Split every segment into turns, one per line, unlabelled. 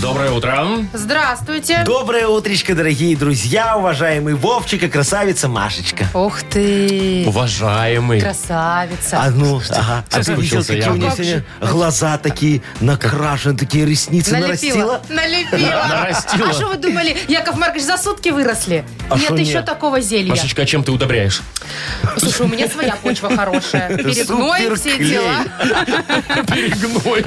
Доброе утро.
Здравствуйте.
Доброе утречко, дорогие друзья, уважаемый Вовчик и красавица Машечка.
Ух ты,
Уважаемый.
красавица.
А ну, ага. А ты видел,
выучился,
какие
я.
у нее
Как
сегодня
же?
глаза такие накрашены, такие ресницы нарастила?
Налепила. Налепила.
нарастила.
А что вы думали, Яков Маркович, за сутки выросли?
А
нет
шо
еще
нет?
такого зелья.
Машечка, а чем ты удобряешь?
Слушай, у меня своя почва хорошая. Перегной все
Суперклей.
дела.
Перегной.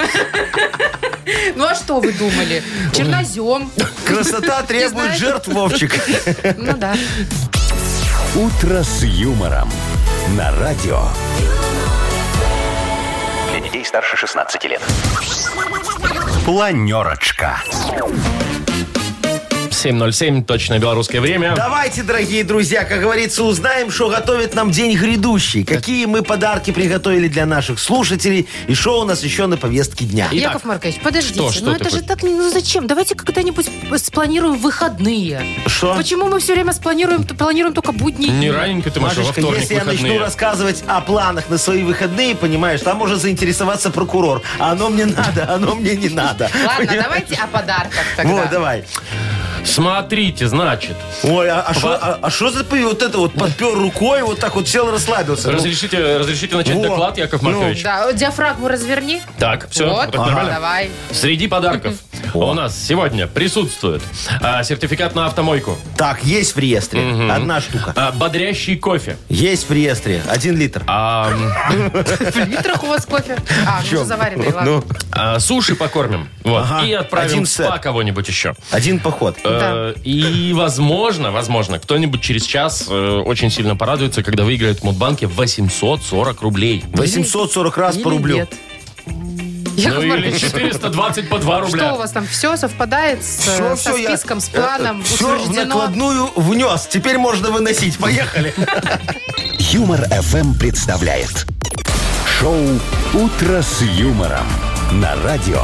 Ну а что вы думали? Чернозем.
Красота требует
знаю.
жертв, Вовчик.
Ну да.
«Утро с юмором» на радио. Для детей старше 16 лет. Планерочка.
7.07, точно белорусское время.
Давайте, дорогие друзья, как говорится, узнаем, что готовит нам день грядущий. Какие мы подарки приготовили для наших слушателей и что у нас еще на повестке дня.
Итак,
Яков Маркович, подождите.
что, что
ну
ты
это же
хочешь?
так, не- ну зачем? Давайте когда-нибудь спланируем выходные.
Что?
Почему мы все время спланируем, планируем только будни?
Не раненько ты, Маша, во
Машечка,
вторник
если я начну
выходные.
рассказывать о планах на свои выходные, понимаешь, там может заинтересоваться прокурор. А оно мне надо, оно мне не надо.
Ладно,
Понимаешь?
давайте о подарках тогда.
Вот, давай.
Смотрите, значит,
Ой, а а шо- а- а что за пы- вот это вот подпер рукой, вот так вот сел, расслабился. Ну,
разрешите, разрешите начать
Во.
доклад, Яков
Ну.
Маркович?
Да, вот диафрагму разверни.
Так, все,
вот,
нормально?
давай.
Среди подарков у нас сегодня присутствует а, сертификат на автомойку,
Так, есть в реестре. Одна штука.
а, бодрящий кофе,
Есть в реестре. Один литр.
а, м,
В литрах у вас кофе. А, ну уже заваренный, ладно.
Ну,
а, суши покормим вот,
Ага,
и отправим
один
в спа
сет.
кого-нибудь еще.
один поход.
Э, И, возможно, возможно, кто-нибудь через час э, очень сильно порадуется, когда выиграет в Мудбанке 840 рублей.
840 раз
Или
по рублю.
нет. Яков
Ну или
Маркович,
420 по 2 рубля.
Что у вас там? Все совпадает с, э, со
Всё, всё, я-
списком, с планом?
Все в
утверждено?
накладную внес. Теперь можно выносить. Поехали.
Юмор FM представляет шоу Утро с юмором на радио.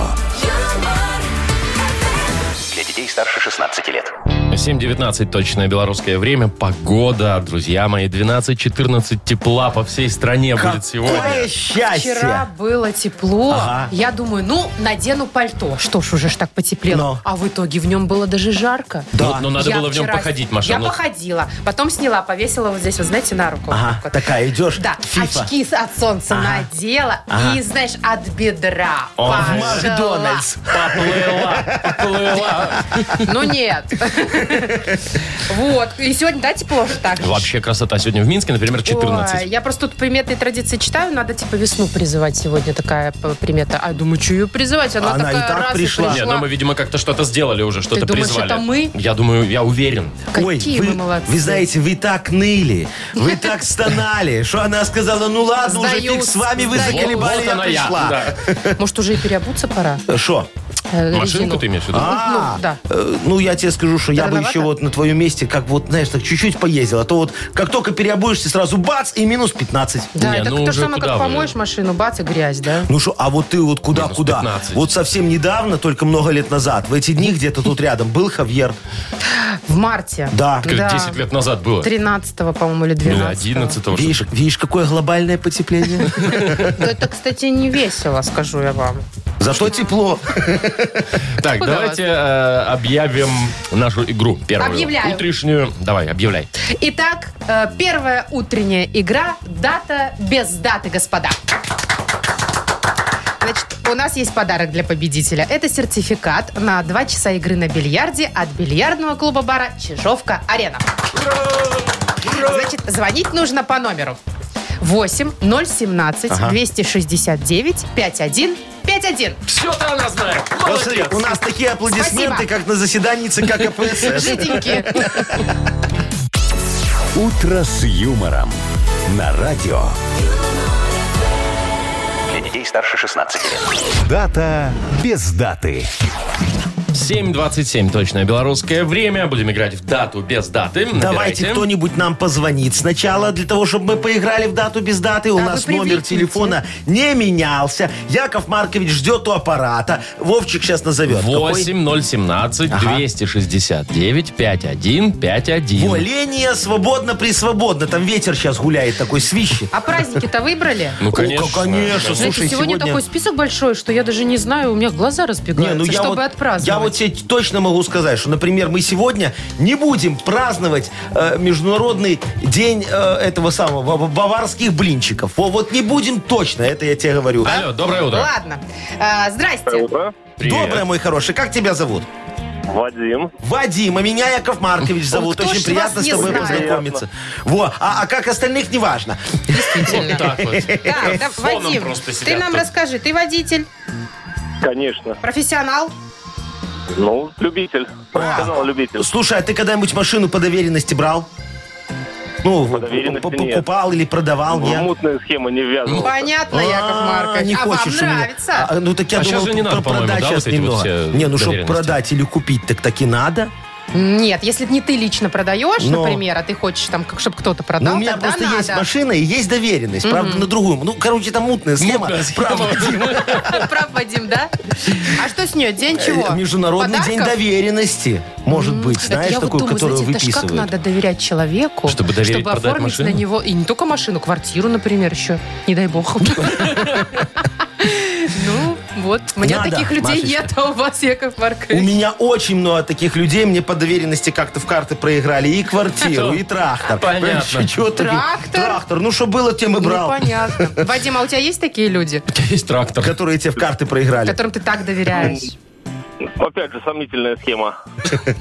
Для детей старше 16 лет.
7.19 точное белорусское время. Погода, друзья мои, 12-14 тепла по всей стране будет сегодня.
Какое счастье.
Вчера было тепло.
Ага.
Я думаю, ну, надену пальто. Что ж, уже ж так потеплело.
Но.
А в итоге в нем было даже жарко.
Ну,
Да.
ну, надо
Я
было в нем
вчера-
походить, Маша.
Я
ну,
походила. Потом сняла, повесила вот здесь, вот знаете, на руку.
Ага,
Так вот.
такая идешь.
Да,
Фифа.
очки с- от солнца надела. И, знаешь, от бедра.
О, в
пошла.
Макдональдс.
а,
Поплыла, поплыла.
Ну нет. Вот. И сегодня, да, тепло же так же.
Вообще красота. Сегодня в Минске, например, 14.
Ой, я просто тут приметные традиции читаю, надо типа весну призывать сегодня, такая п- примета. А я думаю, что ее призывать? Она,
Она и
такая
так
раз
пришла.
и
Нет,
пришла.
ну мы, видимо, как-то что-то сделали уже, что-то
думаешь,
призвали.
это мы?
Я думаю, я уверен.
Какие
Ой,
вы,
вы,
молодцы.
Вы знаете, вы так ныли, вы так стонали, что она сказала, ну ладно, уже
Сдаюсь,
фиг с вами, вы
сдаюсь.
заколебали,
Вот
я
она я,
пришла.
да.
Может, уже и переобуться пора?
Что?
Э,
Машинку
резину.
ты имеешь в виду?
А,
Ну, да.
э, ну, я тебе скажу, что я бы
Рановато?
еще вот на твоем месте, как вот, знаешь, так чуть-чуть поездил. А то вот, как только переобуешься, сразу бац, и минус 15.
Да,
Не,
это
ну
то
уже
же самое,
куда
как
вы?
помоешь машину, бац, и грязь, да?
Ну что, а вот ты вот
Минус
куда-куда?
15.
Вот совсем недавно, только много лет назад, в эти дни где-то тут рядом был Хавьер.
В марте.
Да.
Как
Да.
10 лет назад было.
13 по-моему, или
Ну,
12
11 что-то.
Видишь, видишь, какое глобальное потепление.
Это, кстати, не весело, скажу я вам.
Зато тепло.
Так,
Куда
давайте э, объявим нашу игру первую.
Объявляю.
Утреннюю. Давай, объявляй.
Итак, э, первая утренняя игра «Дата без даты», господа. Значит, у нас есть подарок для победителя. Это сертификат на 2 часа игры на бильярде от бильярдного клуба-бара «Чижовка-Арена». Значит, звонить нужно по номеру 8 017 269 51 51.
Все-то она знает.
Вот смотри,
Молодец.
у нас такие аплодисменты,
Спасибо.
как на заседании ЦК КПСС.
Жиденькие.
Утро с юмором на радио. Для детей старше 16 лет. Дата без даты.
7.27, точное белорусское время. Будем играть в дату без даты.
Давайте
Набирайте.
кто-нибудь нам позвонит сначала, для того, чтобы мы поиграли в дату без даты. У
А
нас
вы
номер
привыкните.
телефона не менялся. Яков Маркович ждет у аппарата. Вовчик сейчас назовет. Какой?
8017 269 5151.
Во, Ления свободно присвободно. Там ветер сейчас гуляет такой свищет.
А праздники-то выбрали?
Ну,
О, как- конечно,
Знаете,
слушай,
сегодня,
сегодня- ну
такой список большой, что я даже не знаю, у меня глаза разбегаются, чтобы отпраздновать.
я вот тебе точно могу сказать, что, например, мы сегодня не будем праздновать э, Международный день э, этого самого ба- баварских блинчиков. Во, вот не будем точно, это я тебе говорю.
Алло, доброе утро.
Ладно. А, здрасте.
Доброе
Э,
утро.
Привет.
Доброе, мой хороший, как тебя зовут?
Вадим.
Вадим, а меня Яков Маркович зовут.
кто ж
Очень
вас
приятно с
не
тобой
знает?
познакомиться. Во, а, а как остальных, неважно.
Вот так вот.
Да,
э,
да,
Фоном
Вадим,
просто сидят
ты нам
тут.
расскажи, ты водитель,
Конечно.
профессионал?
Ну, любитель. Профессионал любитель.
Слушай, а ты когда-нибудь машину по доверенности брал? Ну,
доверенности
п- п-
нет. Ну,
покупал или продавал,
В
нет?
мутные схемы не ввязывался.
Понятно, Яков
А,
Маркович.
Не
а вам
хочешь у меня.
нравится?
А, ну так я
А щас
думал,
же не надо,
про-
по-моему,
продать
да,
щас
вот эти
немного.
вот все
не, ну чтобы
доверенности?
продать или купить, так так и надо.
Нет, если не ты лично продаешь,
Но.
например, а ты хочешь там, как, чтобы кто-то
Ну,
продал,
у меня
тогда
просто
надо.
есть машина и есть доверенность, правда, на другую. Ну, короче, там мутная схема.
Мутная схема.
Правда, Дим.
Прав, Вадим, да? А что с нее? День чего?
Э, Международный день
Подарков?
доверенности, может быть,
Это
знаешь,
я вот
такую,
думаю,
которую
знаете, это ж
выписывают.
как надо доверять человеку,
Чтобы доверить
чтобы
продать
оформить
машину?
на него, и не только машину, квартиру, например, еще, не дай бог. Ну, вот, у меня
Надо,
таких людей
Машечка.
нет, а у вас, Яков
У
Маркович.
меня очень много таких людей, мне по доверенности как-то в карты проиграли и квартиру, и трактор.
Понятно.
Понимаешь, чё ты-
Трактор?
Трактор. Ну, что было, тем и
Ну,
брал.
понятно. Вадим, а у тебя есть такие люди,
У тебя есть трактор.
Которые тебе в карты проиграли.
которым ты так доверяешь?
Опять же, сомнительная схема.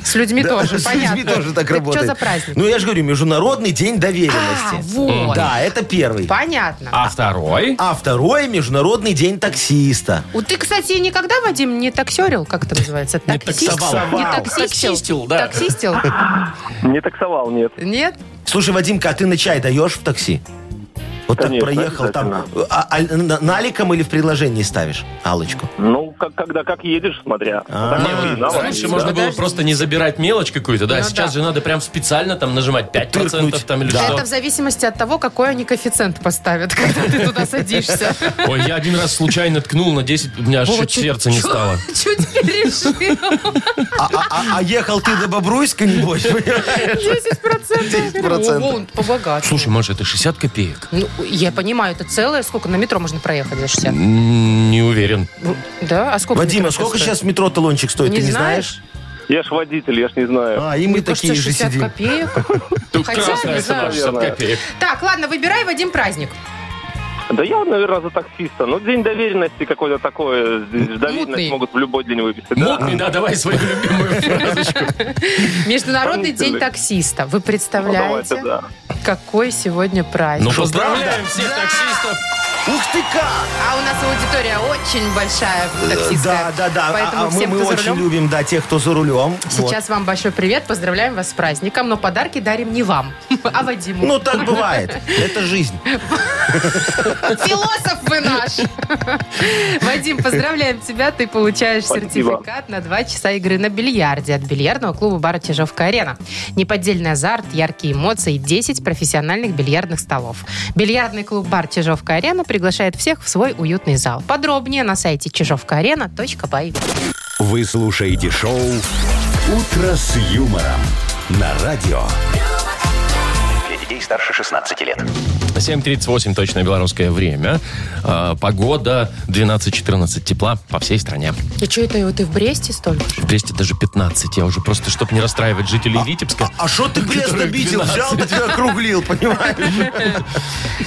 С людьми тоже,
С людьми
понятно.
тоже так работает.
Что за праздник?
Ну, я же говорю, Международный день
А,
доверенности.
вот.
Да, это первый.
Понятно.
А второй?
А второй Международный день таксиста.
Вот ты, кстати, никогда, Вадим, не таксерил, как это называется?
Не
Таксист?
таксовал.
Не таксистил?
Таксистил, да.
Таксистил?
Не таксовал, нет.
Нет?
Слушай, Вадимка, а ты на чай даешь в такси? Вот
Конечно,
так проехал там.
обязательно.
А, а, на- наликом или в приложении ставишь Алочку?
Ну, как, когда как едешь, смотря.
А.
Так
Не,
вот,
вот
видно,
раньше
вот,
можно
да.
было просто не забирать мелочь какую-то, да,
Ну
сейчас
да.
же надо прям специально там нажимать 5%
Тыркнуть.
там или
Да.
что.
Это в зависимости от того, какой они коэффициент поставят, когда ты туда садишься.
Ой, я один раз случайно ткнул на 10, у меня аж
Вова,
чуть
чуть-
сердце не стало.
Чуть перешил.
А, а- а- а ехал ты до Бобруйска, небось?
10%.
10%.
Ого, он побогат.
Слушай, Маша, это 60 копеек.
Ну, я понимаю, это целое. Сколько на метро можно проехать за 60?
М, Не уверен.
Да? А сколько
Вадим,
метро
а сколько
стоит?
сейчас в метро талончик стоит,
Не
ты не
знаешь?
знаешь?
Я ж водитель, я ж не знаю.
А, и мы
Мне кажется,
такие же
60
сидим.
копеек.
Тут
Хотя,
красная
не
цена
знаю.
60 копеек.
Так, ладно, выбирай, Вадим, праздник.
А.
Да я, наверное, за таксиста. Ну, день доверенности какой-то такой.
Мутный.
Доверенность могут в любой день выписать. да.
Мутный, Ну, да, давай свою любимую фразочку.
Международный день
Исполнители.
таксиста. Вы
Ну, давайте,
представляете,
да.
какой сегодня праздник?
Ну,
Что,
поздравляем
правда?
всех таксистов.
Ух ты как!
А у нас аудитория очень большая таксистская.
Ну. Да, да, да. А-
Поэтому
а мы,
всем,
мы
кто за
очень
рулем,
любим, да, тех, кто за рулем. Вот.
Сейчас вам большой привет, поздравляем вас с праздником, но подарки дарим не вам, а Вадиму.
Ну, так бывает. Это жизнь.
Философ вы наш! Вадим, поздравляем тебя, ты получаешь
Спасибо.
сертификат на два часа игры на бильярде от бильярдного клуба бара «Чижовка-арена». Неподдельный азарт, яркие эмоции и 10 профессиональных бильярдных столов. Бильярдный клуб бар «Чижовка-арена» приглашает всех в свой уютный зал. Подробнее на сайте чижовкаарена.бай.
Вы слушаете шоу «Утро с юмором» на радио.
Для детей старше 16 лет.
7.38, точное белорусское время. А, Погода 12-14 тепла по всей стране.
И что это, вот и в Бресте столько?
В Бресте даже 15. Я уже просто, чтобы не расстраивать жителей Витебска.
А что ты Брест
Который
обидел?
12.
Взял, да тебя округлил, понимаешь?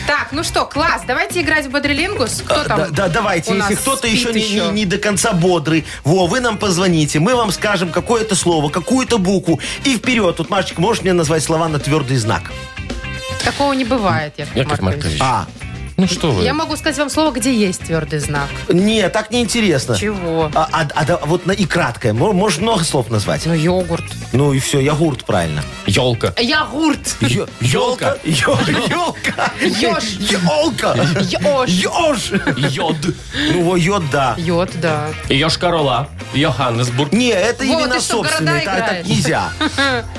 Так, ну что, класс, давайте играть в бодрилингус. Кто там?
А, Да, да, давайте,
у нас
если кто-то
спит
еще не, не- не до конца бодрый, во, вы нам позвоните, мы вам скажем какое-то слово, какую-то букву, и вперед. Вот, Машечка, можешь мне назвать слова на твердый знак?
Такого не бывает, Яков,
Яков
Маркович.
Маркович,
А,
ну что вы?
Я могу сказать вам слово, где есть твердый знак.
не, так неинтересно.
Чего?
А, а- а да- вот на и краткое. Мо- Можешь много слов назвать?
Ну, йогурт.
Ну и все, ягурт, правильно.
Елка.
Йогурт.
Ё-
Ёлка.
Ё- Ёлка.
Ёж.
Ёлка.
Ёж.
Ёж.
Йод.
Ну, во, йод, да.
Йод, да.
Ёж корола. Йоханнесбург.
Не, это
Вова,
именно
ты что, в города
собственные, так, так
играешь?
нельзя.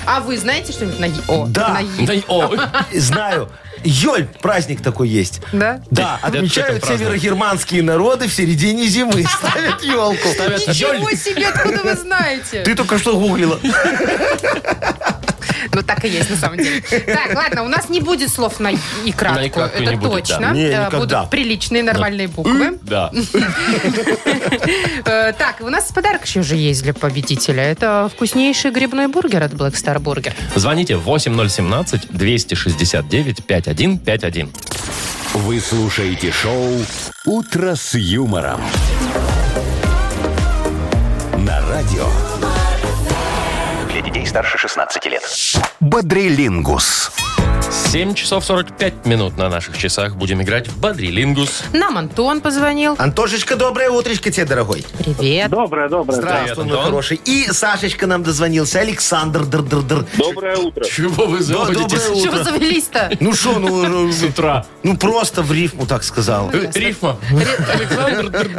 А вы знаете что-нибудь на Е? О,
Да.
на Е.
Да и- о,
Знаю. Йоль, праздник такой есть.
Да?
Да,
Да, что там
отмечают
праздновать?
северогерманские народы в середине зимы. Ставят елку.
Ничего
ёль.
себе, откуда вы знаете?
Ты только что гуглила.
Ну, так и есть, на самом деле. Так, ладно, у нас не будет слов на и
На «и»
кратко.
кратко не
Это
будет, да.
точно.
Не,
Э,
никогда.
Будут приличные нормальные буквы.
Да.
Э, Так, у нас подарок еще же есть для победителя. Это вкуснейший грибной бургер от Black Star Burger.
Звоните 8017-269-5151.
Вы слушаете шоу «Утро с юмором». На радио
Для детей старше 16 лет.
«Бодрилингус».
7 часов 45 минут на наших часах. Будем играть в Бодрилингус.
Нам Антон позвонил.
Антошечка, доброе утречко тебе, дорогой.
Привет.
Доброе, доброе.
Здравствуй,
Привет,
мой
Антон.
хороший. И Сашечка нам дозвонился. Александр. Др -др -др.
Доброе утро.
Чего вы
До-
заводите?
доброе
Чего вы
утро.
завелись-то?
Ну что, ну, э,
утра.
ну просто в рифму так сказал.
Рифма.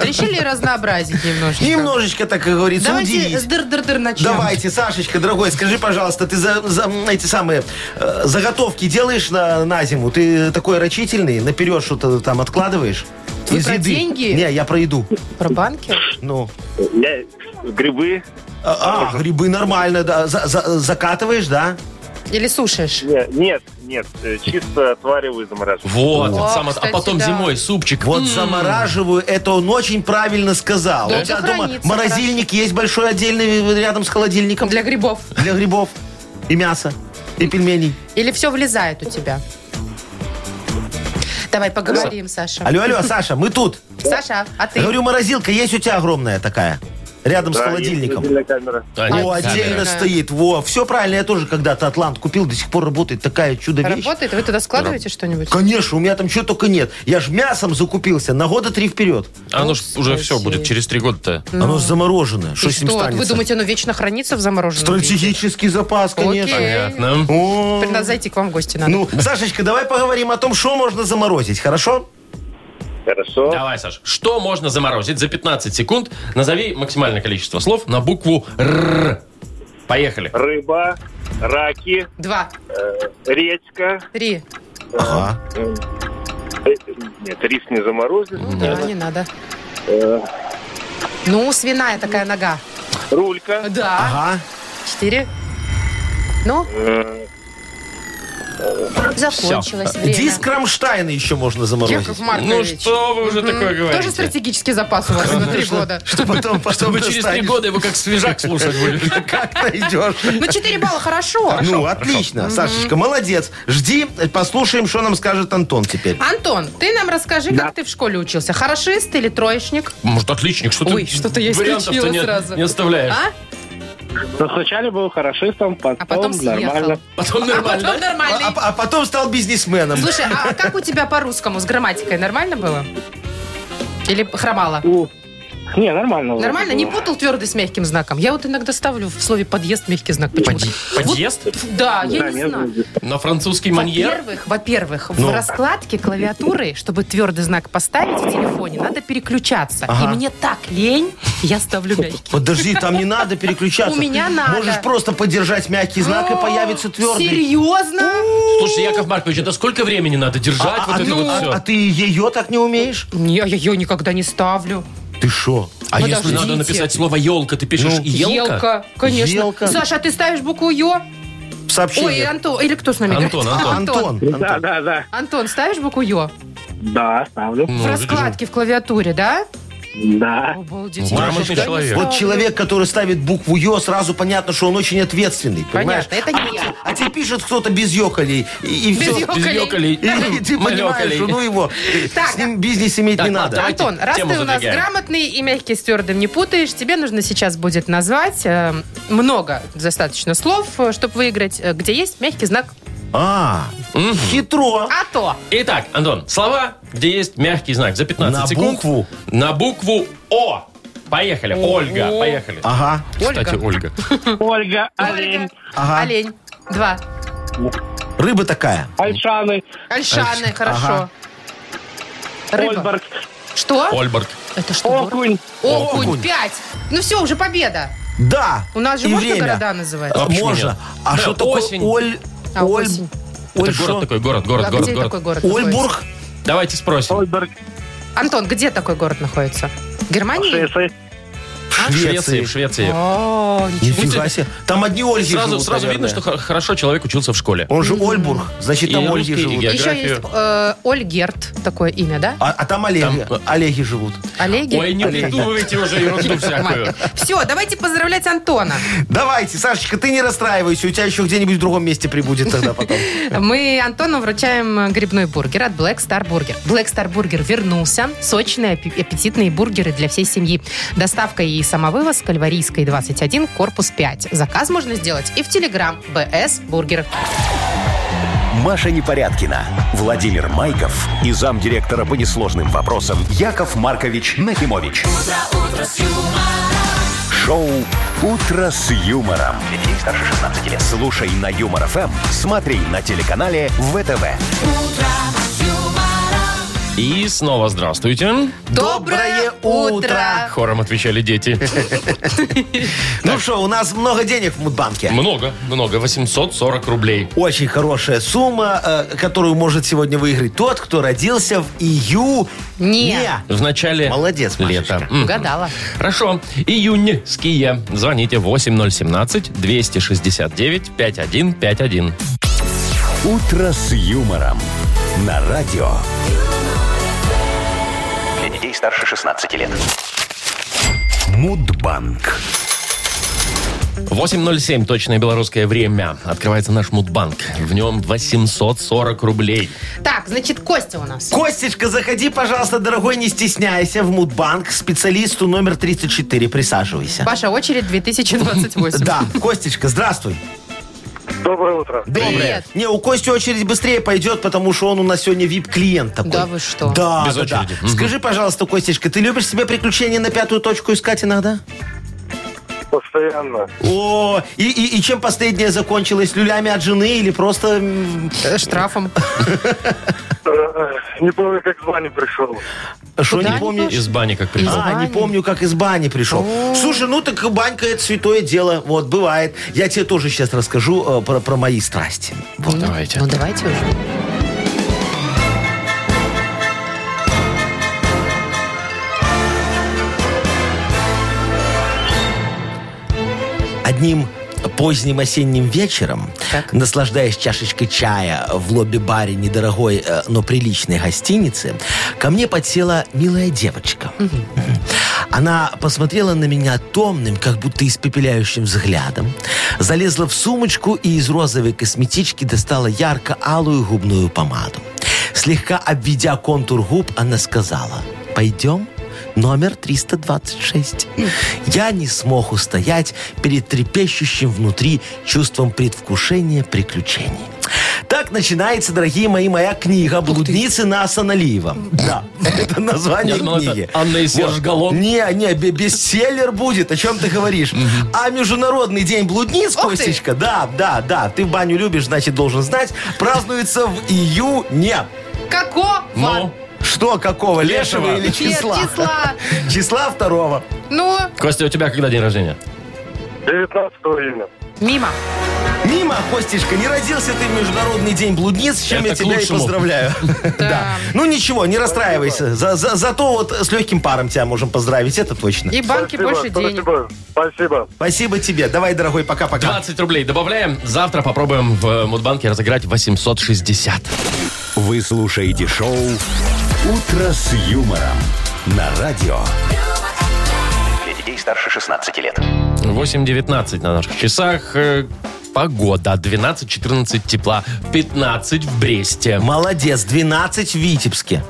Решили разнообразить немножечко.
Немножечко, так как говорится,
Давайте
удивись.
с дыр-дыр-дыр начнем.
Давайте, Сашечка, дорогой, скажи, пожалуйста, ты за, за, м, эти самые э, заготовки делаешь на, на зиму? Ты такой рачительный, наперед что-то там откладываешь?
Вы
Из
про
еды.
деньги?
Не, я про еду.
Про банки?
Ну.
Я- Грибы.
А, а, грибы нормально, да. За- за- закатываешь, да?
Или сушишь?
Не, Нет, нет, э, чисто отвариваю и замораживаю.
Вот.
О,
сам- а
кстати,
потом
да.
зимой супчик.
Вот
М.
замораживаю, это он очень правильно сказал.
Да,
У тебя
это
дома
хранится,
морозильник есть большой отдельный рядом с холодильником
Для грибов.
для грибов и мяса, и пельменей.
Или все влезает у тебя? Давай поговорим, Саша.
Алло, алло, Саша, мы тут.
Саша, а ты?
Я говорю, морозилка есть у тебя огромная такая? Рядом с
Да, есть
холодильником.
мобильная камера.
А, нет,
О,
камера.
отдельно стоит. Во, все правильно. Я тоже когда-то Атлант купил, до сих пор работает. Такая чудо-вещь.
Работает? Вы туда складываете что-нибудь?
Конечно, у меня там чего только нет. Я ж мясом закупился на года три вперед.
А ну ж уже все
Кстати.
будет через три года-то.
Оно замороженное.
И
Что с ним
что?
станет?
Вы думаете, оно вечно хранится в замороженном виде?
Стратегический запас, конечно.
Окей.
Понятно.
О.
Блин, надо зайти к вам в гости надо.
Ну, Сашечка, давай поговорим о том, что можно заморозить, хорошо?
Хорошо.
Давай, Саш. Что можно заморозить за 15 секунд? Назови максимальное количество слов на букву Р. Поехали.
Рыба, раки,
Два,
э, редька.
три.
Ага.
э, э, Нет, рис не заморозит.
Ну да, не надо.
Э.
Ну, свиная такая нога.
Рулька.
Да.
Ага.
Четыре. Ну,
э,
закончилось время.
Диск Рамштайна еще можно заморозить.
Яков Маркович.
Ну что вы уже такое говорите?
Тоже стратегический запас у вас на три года.
Чтобы потом, потом
Вы через три
достанешь.
года его как свежак слушать будете.
Как найдешь?
Ну, 4 балла хорошо.
Ну, отлично, Сашечка, молодец. Жди, э, послушаем, что нам скажет Антон теперь. А,
Антон, ты нам расскажи, как ты в школе учился. Хорошист или троечник?
Может, отличник, что ты
Ой, что-то я
вариантов-то
исключила
не-
сразу.
Не оставляешь.
А?
Ну, сначала был хорошистом, потом,
А потом съехал.
нормально.
А
Потом
потом
нормально.
А,
нормальный.
а потом стал бизнесменом.
Слушай, а как у тебя по-русскому с грамматикой нормально было? Или хромала?
У. Не, нормально. вроде
Нормально? Не
было.
путал твердый с мягким знаком? Я вот иногда ставлю в слове подъезд мягкий знак. Почему-то.
Подъезд?
Фу, Да, я
Да,
не
нет,
знаю.
вроде.
На французский маньер?
Во-первых, во-первых, в
Ну.
раскладке клавиатуры, чтобы твердый знак поставить в телефоне, надо переключаться.
Ага.
И мне так лень, я ставлю мягкий.
Подожди, там не надо переключаться.
У меня надо.
Можешь просто подержать мягкий знак и появится твердый.
Серьезно?
Слушай, Яков Маркович, это сколько времени надо держать
А,
вот
а
это
ты,
вот
а-
все?
а ты ее так не умеешь?
Не, я ее никогда не ставлю.
Ты шо? А
Мы
если
должны-
Надо
Подождите.
написать слово елка. Ты пишешь
Ну,
елка?
конечно.
Елка.
Саша, а ты ставишь букву Ё?
в сообщении?
Ой, Антон, или кто с нами играет?
Антон, Антон.
Антон.
Да, да, да.
Антон, ставишь букву Ё?
Да, ставлю.
Ну,
в
видишь,
раскладке в клавиатуре, да?
Да.
Обалдеть.
Ну,
я
грамотный
никогда не
человек.
ставлю.
Вот человек, который ставит букву Ё, сразу понятно, что он очень ответственный. Понимаешь?
Понятно, это не я.
А тебе пишет кто-то без ёкалей. И, и
Без
всё.
ё-
Без
ёкалей.
ёкалей.
И, и ты понимаешь,
Малёкалей.
что ну его, э,
Так.
с ним бизнес иметь
Так,
не
ладно,
надо.
давай.
Антон,
Давайте
раз ты
тему
у нас
задвигаем.
грамотный и мягкий с твердым не путаешь, тебе нужно сейчас будет назвать э, много достаточно слов, чтобы выиграть, э, где есть мягкий знак
А, хитро.
«А то».
Итак, Антон, слова, где есть мягкий знак за 15
На
секунд.
букву?
На букву О. Поехали. Ольга, поехали.
Ага.
Кстати, Ольга.
Ольга,
Ольга,
олень,
Ага.
олень, два.
Рыба такая.
Ольшаны,
Ольшаны, хорошо. Рыба.
Ольборг,
Что?
Ольберт.
Это что? город?
Окунь.
Окунь.
Окунь.
Пять. Ну все, уже победа.
Да.
У нас же
и
можно
время.
города называть?
А,
А почему
можно.
нет?
А
Да,
что такое
осень.
Оль...
А,
Оль...
осень.
Оль
Это город
шо?
такой, город, город,
А
город,
где
город.
такой город находится?
Ольбург?
Давайте спросим.
Ольберг.
Антон, где такой город находится? В Германии?
Ши- ши-
В
В Швеции, в Швеции.
О, ничего.
Нифига
Ну,
себе. Там одни Ольги
Сразу,
живут,
сразу видно,
наверное.
что хо- хорошо человек учился в школе.
Он же Ольбург, значит,
И
там Ольги
русский, и
живут.
гер-
Еще есть э, Ольгерт, такое имя, да?
А, а там Олеги.
Там, э,
Олеги живут.
Олеги?
Ой, не придумывайте уже ерунду всякую.
Все, давайте поздравлять Антона.
Давайте, Сашечка, ты не расстраивайся. У тебя еще где-нибудь в другом месте прибудет тогда потом.
Мы Антону вручаем э, грибной бургер от Black Star Burger. Black Star Burger вернулся. Сочные, аппе- аппетитные бургеры для всей семьи. Доставка и самовывоз Кальварийской 21, корпус 5. Заказ можно сделать и в Телеграм БС Бургер.
Маша Непорядкина, Владимир Майков и замдиректора по несложным вопросам Яков Маркович Нахимович. Шоу Утро с юмором.
Для детей старше 16 лет.
Слушай на Юмор ФМ, смотри на телеканале ВТВ.
И снова здравствуйте.
Доброе утро.
Хором отвечали дети.
Ну что, у нас много денег в Мудбанке.
Много, много. 840 рублей.
Очень хорошая сумма, э, которую может сегодня выиграть тот, кто родился в июне.
Не.
В начале
Молодец, Машечка.
лета. М.
Угадала.
Хорошо. Июньские. Звоните 8017-269-5151.
Утро с юмором. На радио.
Для детей старше 16 лет.
Мудбанк.
8.07. Точное белорусское время. Открывается наш мудбанк. В нем 840 рублей.
Так, значит, Костя у нас.
Костечка, заходи, пожалуйста, дорогой, не стесняйся, в Мудбанк, к специалисту номер 34, присаживайся.
Ваша очередь 2028.
Да, Костечка, здравствуй.
Доброе утро.
Привет.
Не, у Кости очередь быстрее пойдет, потому что он у нас сегодня вип-клиент такой.
Да вы что?
Да,
Без
да, да.
очереди. Мгм.
Скажи, пожалуйста, Костечка, ты любишь себе приключения на пятую точку искать иногда?
Постоянно.
О, и, и- и чем последнее закончилось? Люлями от жены или просто... м,
Э, Штрафом.
Э, Не помню, как с вами пришел.
А Что
Куда
не
они
помню?
Из бани как пришел.
А, не
бани?
помню, как из бани пришел. Слушай, ну так банька это святое дело. Вот, бывает. Я тебе тоже сейчас расскажу э, про, про мои страсти.
Вот, давайте.
Ну, давайте уже.
Одним поздним осенним вечером,
Так.
наслаждаясь чашечкой чая в лобби-баре недорогой, э, но приличной гостиницы, ко мне подсела милая девочка. Мгм. Она посмотрела на меня томным, как будто испепеляющим взглядом, залезла в сумочку и из розовой косметички достала ярко-алую губную помаду. Слегка обведя контур губ, она сказала «Пойдем?» номер 326. Я не смог устоять перед трепещущим внутри чувством предвкушения приключений. Так начинается, дорогие мои, моя книга «Блудницы на Асаналиева». Да, это название
Я думал, это
книги.
Анна и Серж
Вот.
Галоп.
Не, не, бе- бестселлер будет, о чем ты говоришь. А Международный день блудниц,
Ух ты.
Костечка, да, да, да, ты баню любишь, значит, должен знать, празднуется в июне.
Какого?
Ну,
Что, какого, лешего
Лешего.
или
Нет,
числа?
числа.
Числа второго.
Ну,
Костя, у тебя когда день рождения?
19 июня.
мимо.
Мимо, Костишка, не родился ты в Международный день блудниц, с чем
Это
я
к
тебя и
лучшему. Ну,
поздравляю. Да.
Э,
Ну ничего, не расстраивайся. За- за- Зато вот с легким паром тебя можем поздравить, это точно.
И банки
Спасибо,
больше денег.
Спасибо. Спасибо.
Спасибо тебе. Давай, дорогой, пока-пока.
20 рублей добавляем. Завтра попробуем в э, Мудбанке разыграть 860.
Вы слушаете шоу Утро с юмором. На радио.
Для детей старше 16 лет.
8.19 на наших часах. Э, Погода 12-14 тепла, 15 в Бресте.
Молодец, 12 в Витебске.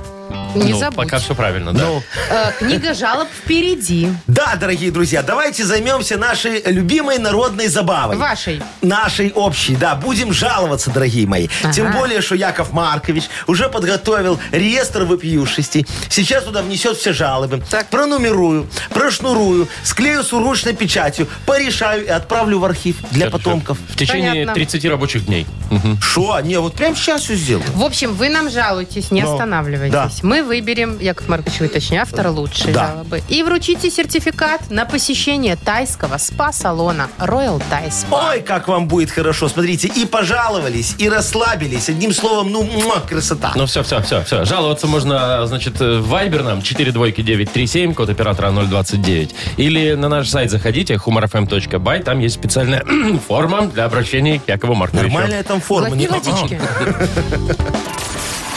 Не
ну,
забудь.
пока все правильно, да?
Э, Книга жалоб впереди.
Да, дорогие друзья, давайте займемся нашей любимой народной забавой.
Вашей.
Нашей общей, да. Будем жаловаться, дорогие мои. Тем более, что Яков Маркович уже подготовил реестр вопиюшестей. Сейчас туда внесет все жалобы. Так. Пронумерую, прошнурую, склею с уручной печатью, порешаю и отправлю в архив для потомков.
В течение
Понятно.
30 рабочих дней. Мгм.
Что? Не, вот прям сейчас все сделаю.
В общем, вы нам жалуетесь, не
Ну,
останавливайтесь.
да.
Мы Мы выберем, Яков Маркович, вы точнее, автора лучшей
Да.
жалобы. И вручите сертификат на посещение тайского спа-салона Royal Thai Spa.
Ой, как вам будет хорошо. Смотрите, и пожаловались, и расслабились. Одним словом, ну, муа, красота.
Ну все, все, все, все. Жаловаться можно, значит, э, в Viber нам 42937, код оператора 029. Или на наш сайт заходите, humorfm.by, там есть специальная форма для обращения к Якову Марковичу.
Нормальная там форма.
Глотни
не-
водички.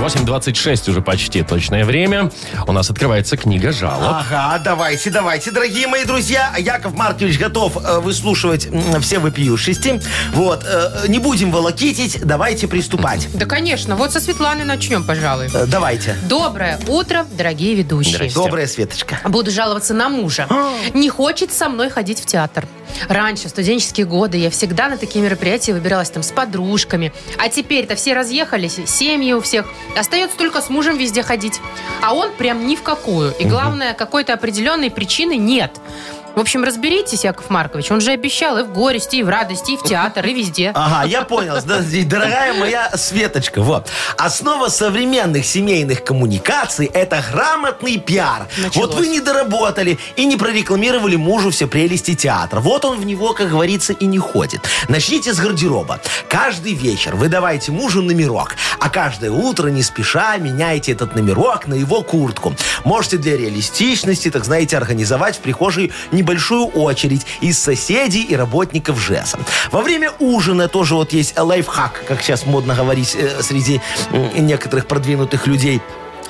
8.26 уже почти точное время. У нас открывается книга жалоб.
Ага, давайте, давайте, дорогие мои друзья. Яков Маркович готов э, выслушивать м, все вопиюшисти. Вот, э, не будем волокитить, давайте приступать.
Да, конечно. Вот со Светланы начнем, пожалуй.
Э, давайте.
Доброе утро, дорогие ведущие.
Добрая Светочка.
Буду жаловаться на мужа. Не хочет со мной ходить в театр. Раньше, в студенческие годы, я всегда на такие мероприятия выбиралась там с подружками. А теперь-то все разъехались, семьи у всех. Остается только с мужем везде ходить. А он прям ни в какую. И главное, какой-то определенной причины нет. В общем, разберитесь, Яков Маркович. Он же обещал и в горести, и в радости, и в театр, и везде.
Ага, я понял. Да, и Дорогая моя Светочка, вот. Основа современных семейных коммуникаций – это грамотный пиар.
Началось.
Вот вы не доработали и не прорекламировали мужу все прелести театра. Вот он в него, как говорится, и не ходит. Начните с гардероба. Каждый вечер вы давайте мужу номерок, а каждое утро не спеша меняйте этот номерок на его куртку. Можете для реалистичности, так знаете, организовать в прихожей небольшую очередь из соседей и работников ЖЭСа. Во время ужина тоже вот есть лайфхак, как сейчас модно говорить э, среди м, некоторых продвинутых людей.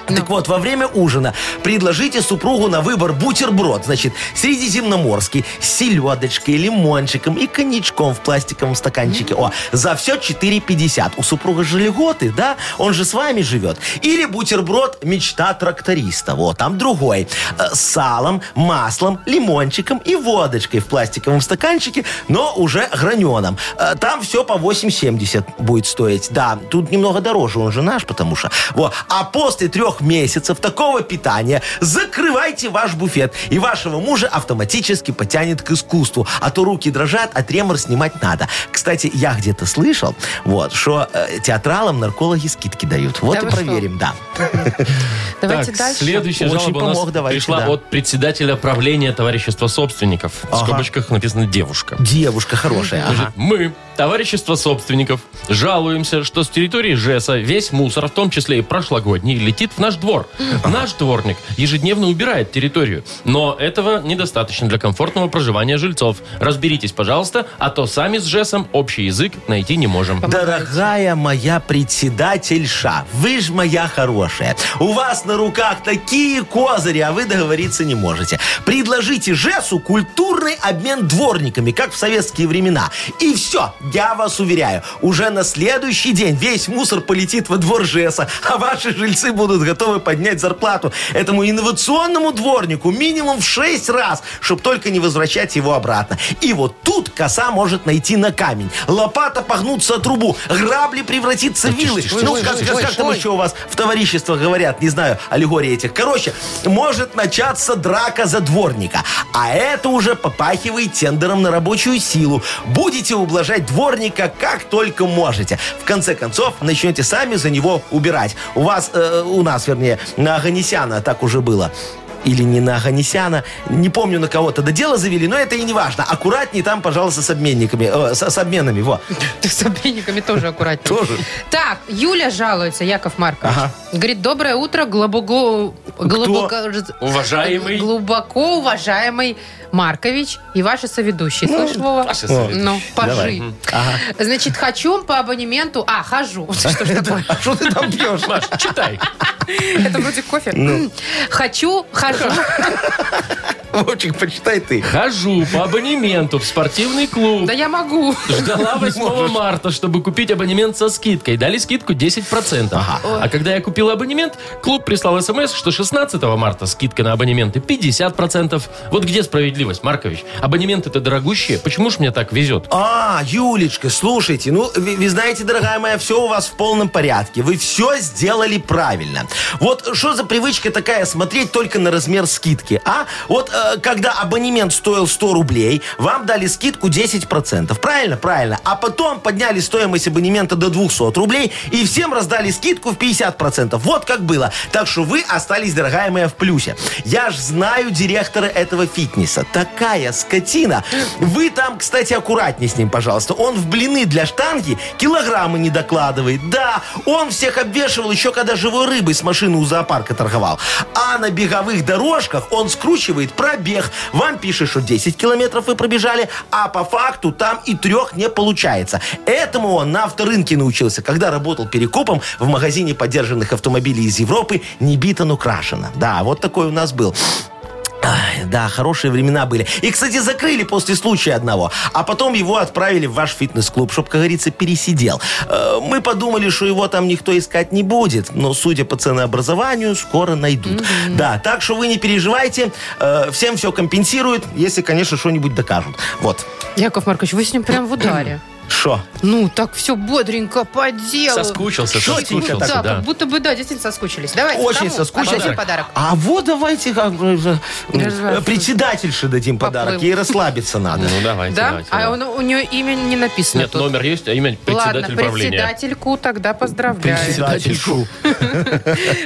Так вот, во время ужина предложите супругу на выбор бутерброд, значит, средиземноморский, с селедочкой, лимончиком и коньячком в пластиковом стаканчике. О, за все 4,50. У супруга же льготы, да? Он же с вами живет. Или бутерброд «Мечта тракториста». Вот, там другой. Э, С салом, маслом, лимончиком и водочкой в пластиковом стаканчике, но уже граненом. Э, Там все по 8,70 будет стоить. Да, тут немного дороже, он же наш, потому что. Вот. А после трех месяцев такого питания закрывайте ваш буфет, и вашего мужа автоматически потянет к искусству, а то руки дрожат, а тремор снимать надо. Кстати, я где-то слышал, вот, что э, театралам наркологи скидки дают. Вот
Да
и
вы что?
проверим, да.
Давайте
так,
дальше.
следующая
Очень
жалоба у
помог,
нас
давайте,
пришла
да.
от председателя правления товарищества собственников. В
Ага.
скобочках написано «девушка».
Девушка хорошая. ага.
Значит, Мы, товарищество собственников, жалуемся, что с территории ЖЭСа весь мусор, в том числе и прошлогодний, летит в наш двор. Наш дворник ежедневно убирает территорию, но этого недостаточно для комфортного проживания жильцов. Разберитесь, пожалуйста, а то сами с ЖЭСом общий язык найти не можем.
Дорогая моя председательша, вы ж моя хорошая. У вас на руках такие козыри, а вы договориться не можете. Предложите ЖЭСу культурный обмен дворниками, как в советские времена. И все, я вас уверяю, уже на следующий день весь мусор полетит во двор ЖЭСа, а ваши жильцы будут готовы поднять зарплату этому инновационному дворнику минимум в 6 раз, чтобы только не возвращать его обратно. И вот тут коса может найти на камень. Лопата погнуться о трубу, грабли превратиться в вилы.
тише,
Ну,
тише,
как,
тише,
как-
тише,
как там
тише.
еще у вас в товариществах говорят, не знаю, аллегории этих. Короче, может начаться драка за дворника. А это уже попахивает тендером на рабочую силу. Будете ублажать дворника как только можете. В конце концов, начнете сами за него убирать. У вас, э, у нас, вернее, на Аганесяна так уже было или не на Аганесяна, не помню на кого-то, да дело завели, но это и не важно. Аккуратней там, пожалуйста, с обменниками, э, с, с обменами, во.
Ты с обменниками тоже аккуратнее. Тоже. Так, Юля жалуется, Яков Маркович.
Ага.
Говорит, доброе утро, глубоко... глубоко
Уважаемый.
Глубоко уважаемый Маркович и ваши соведущие. Слышь, Вова?
ваши соведущие.
Ну, пожи.
Ага.
Значит, хочу по абонементу... А, хожу. Что ж такое?
А что ты там пьешь?
Маш, читай.
Это вроде кофе. Хочу, хожу
Вовчик, почитай ты.
Хожу по абонементу в спортивный клуб.
Да я могу.
Ждала 8 марта, чтобы купить абонемент со скидкой. Дали скидку 10%. А когда я купила абонемент, клуб прислал смс, что 16 марта скидка на абонементы 50%. Вот где справедливость, Маркович? Абонементы-то дорогущие. Почему ж мне так везет?
А, Юлечка, слушайте, ну, вы, вы знаете, дорогая моя, все у вас в полном порядке. Вы все сделали правильно. Вот что за привычка такая смотреть только на размер скидки, а? Вот э, когда абонемент стоил 100 рублей, вам дали скидку 10%. Правильно? Правильно. А потом подняли стоимость абонемента до 200 рублей и всем раздали скидку в 50%. Вот как было. Так что вы остались, дорогая моя, в плюсе. Я ж знаю директора этого фитнеса. Такая скотина. Вы там, кстати, аккуратнее с ним, пожалуйста. Он в блины для штанги килограммы не докладывает. Да, он всех обвешивал еще когда живой рыбой с машины у зоопарка торговал. А на беговых дорожках он скручивает пробег. Вам пишет, что 10 километров вы пробежали, а по факту там и трех не получается. Этому он на авторынке научился, когда работал перекупом в магазине поддержанных автомобилей из Европы не бито, но крашено. Да, вот такой у нас был. Ай, да, хорошие времена были. И, кстати, закрыли после случая одного. А потом его отправили в ваш фитнес-клуб, чтобы, как говорится, пересидел. Э, Мы подумали, что его там никто искать не будет. Но, судя по ценообразованию, скоро найдут. Да, так что вы не переживайте. Э, Всем все компенсируют, если, конечно, что-нибудь докажут. Вот.
Яков Маркович, вы с ним прям в ударе.
Что?
Ну, так все бодренько по делу.
Соскучился,
Что
соскучился,
Да,
да.
как будто бы, да, действительно соскучились. Давайте.
Очень
кому
соскучились.
отдадим подарок.
А вот давайте как бы, э, э, председательше дадим подарок.
Поплыл.
Ей расслабиться надо.
Ну, давайте,
Да?
давайте,
А
да.
он- у нее имя не написано
Нет,
тут.
номер есть, а имя
Ладно,
председатель правления.
председательку тогда поздравляем.
Председательшу.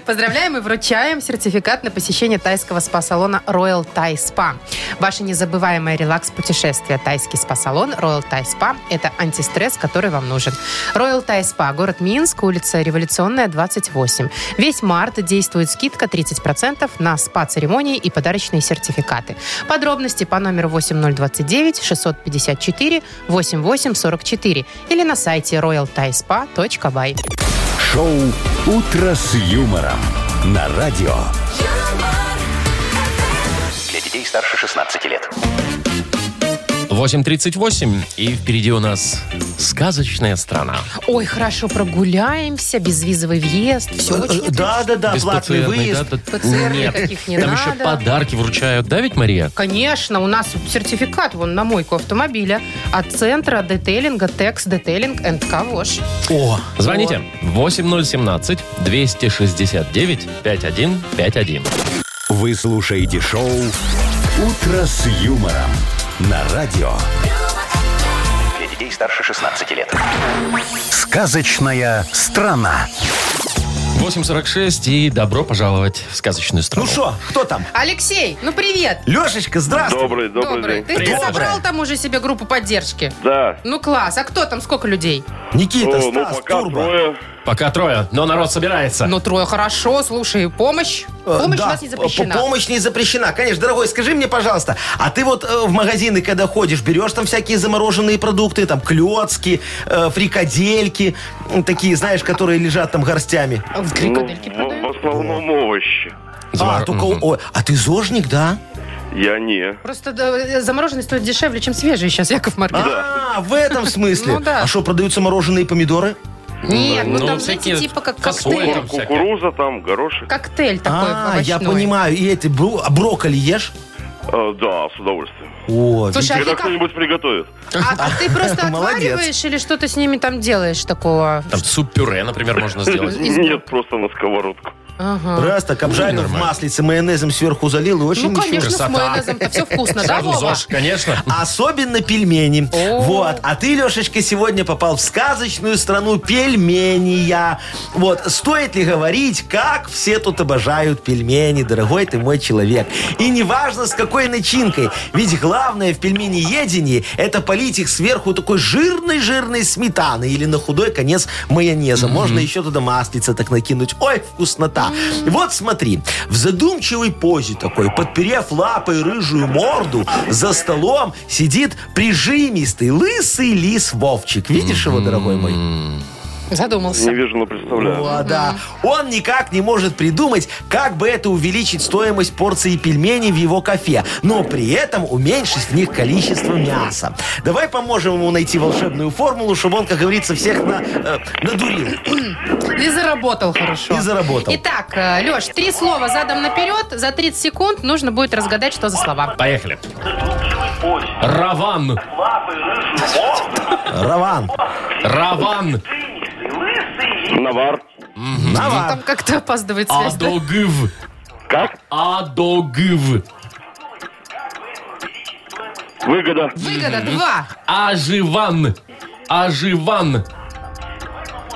Поздравляем и вручаем сертификат на посещение тайского спа-салона Royal Thai Spa. Ваше незабываемое релакс-путешествие. Тайский спа-салон Royal Thai Spa – это антистресс, который вам нужен. Royal Thai Spa, город Минск, улица Революционная, 28. Весь март действует скидка 30% на спа-церемонии и подарочные сертификаты. Подробности по номеру 8029-654-8844 или на сайте royalthaispa.by.
Шоу «Утро с юмором» на радио.
юмор,
Для детей старше 16 лет.
8.38, и впереди у нас сказочная страна.
Ой, хорошо, прогуляемся, безвизовый въезд,
Э,
все очень...
Да, да, да,
Без
платный
ПЦРной,
выезд.
да, да,
ПЦР
нет.
никаких не
Там
надо.
еще подарки вручают, да ведь, Мария?
Конечно, у нас сертификат вон на мойку автомобиля от центра детейлинга Текс Детейлинг энд Кавош.
О,
Звоните 8017-269-5151.
Вы слушаете шоу «Утро с юмором» на радио.
Для детей старше 16 лет.
Сказочная страна.
8.46 и добро пожаловать в сказочную
ну
страну.
что, кто там?
Алексей, ну привет!
Лешечка, здравствуй.
Добрый, добрый, день.
Ты, ты
Привет.
собрал
Доброе.
там уже себе группу поддержки?
Да.
Ну класс, а кто там, сколько людей?
Никита,
О, ну
Стас,
пока
Турбо.
трое.
Пока трое, но народ собирается.
Ну трое, хорошо, слушай, помощь?
Э,
Помощь
да,
у нас не запрещена.
п- Помощь не запрещена. Конечно, дорогой, скажи мне, пожалуйста, а ты вот э, в магазины, когда ходишь, берешь там всякие замороженные продукты, там клетки, э, фрикадельки, м, такие, знаешь, которые лежат там горстями.
А в
Ну,
Крикодельки
в, в
продают?
основном овощи.
А,
Замор-
только, ой, а ты зожник, да?
Я не.
Просто да, замороженный стоит дешевле, чем свежий сейчас, Яков Маркович.
А, в этом смысле.
Ну да.
А что, продадаются мороженые помидоры?
Нет, ну,
Ну,
там, знаете,
всякие
типа как
фасоли
коктейль.
там всякие.
Кукуруза там, горошек.
Коктейль такой
а,
овощной.
я понимаю. И эти бру- а брокколи ешь?
Э, да, с удовольствием.
О,
Слушай,
Когда
а, ты, как-
кто-нибудь приготовит.
а- а ты просто
Молодец.
отвариваешь или что-то с ними там делаешь такого?
Там суп-пюре, например, можно сделать.
Из-
Нет, просто на сковородку.
Ага.
Раз так обжарил в
нормально.
маслице, майонезом сверху залил и очень
а- Ну,
ничего.
конечно,
красота.
с майонезом-то все вкусно, да,
Сразу
Вова?
ЗОЖ, конечно.
Особенно пельмени.
О.
Вот. А ты, Лешечка, сегодня попал в сказочную страну пельменя. Вот. Стоит ли говорить, как все тут обожают пельмени, дорогой ты мой человек. И неважно, с какой начинкой. Ведь главное в пельмени-едении – это полить их сверху такой жирной-жирной сметаной или на худой конец майонеза. Можно еще туда маслица так накинуть. Ой, вкуснота. Вот смотри. В задумчивой позе такой, подперев лапой рыжую морду, за столом сидит прижимистый лысый лис Вовчик. Видишь его, дорогой мой?
Не
Задумался.
вижу, но представляю.
О, да. Он никак не может придумать, как бы это увеличить стоимость порции пельменей в его кафе, но при этом уменьшить в них количество мяса. Давай поможем ему найти волшебную формулу, чтобы он, как говорится, всех на, э, надурил.
И заработал хорошо.
И заработал.
Итак, Леш, три слова задом наперед. За 30 секунд нужно будет разгадать, что за слова.
Поехали. Раван.
Раван,
Раван.
Навар.
Навар,
Там как-то опаздывает
А,
связь. да?
Адогыв.
Как?
Адогыв.
Выгода.
Выгода два.
Аживан. Аживан.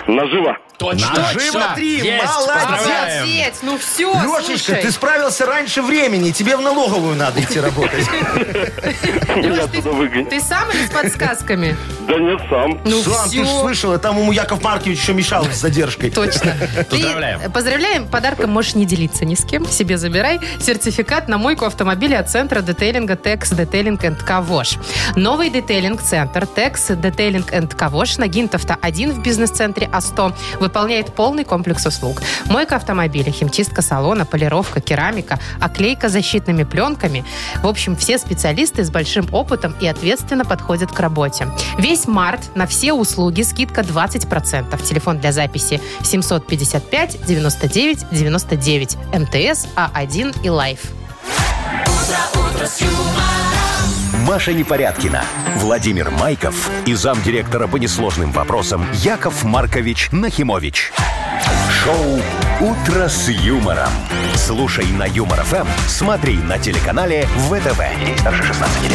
Наживо.
Точно.
Наживо
Всё.
три.
Есть.
Молодец.
Поздравляем.
Молодец, ну все,
Лешечка,
слушай.
ты справился раньше времени, тебе в налоговую надо идти работать.
Меня туда выгонят.
Ты сам или с подсказками?
Да нет, сам.
Ну
Сам, ты же
все.
слышала, там ему Яков Маркович еще мешал с задержкой.
Точно. Ты-
Поздравляем.
Поздравляем. Подарком можешь не делиться ни с кем. Себе забирай. Сертификат на мойку автомобиля от центра детейлинга Текс Детейлинг энд Кавош. Новый детейлинг-центр Текс Детейлинг энд Кавош на Гинтовта 1 в бизнес-центре А100 выполняет полный комплекс услуг. Мойка автомобиля, химчистка салона, полировка, керамика, оклейка защитными пленками. В общем, все специалисты с большим опытом и ответственно подходят к работе. Весь март на все услуги скидка 20%. Телефон для записи 755 99 99 МТС А1 и Лайф.
Маша Непорядкина, Владимир Майков и замдиректора по несложным вопросам Яков Маркович Нахимович. Шоу «Утро с юмором». Слушай на Юмор ФМ, смотри на телеканале ВТВ. Здесь старше 16 лет.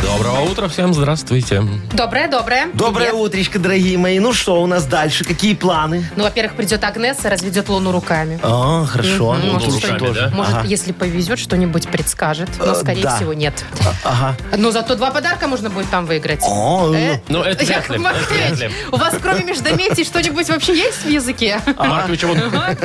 Доброго утра всем, здравствуйте.
Доброе, доброе.
Доброе
Привет.
утречко, дорогие мои. Ну что у нас дальше? Какие планы?
Ну, во-первых, придет Агнеса, разведет Луну руками.
А, хорошо.
Мгм.
Ну,
Может,
слушай,
руками,
тоже.
да?
Может,
Ага.
если повезет, что-нибудь предскажет. Но,
Э,
скорее
да.
всего, нет.
А- Ага.
Но зато два подарка можно будет там выиграть.
О,
Э?
Ну, это вряд
Яков
ли. это вряд
Маркович,
ли.
у вас кроме междометий что-нибудь вообще есть в языке?
А Маркович, вот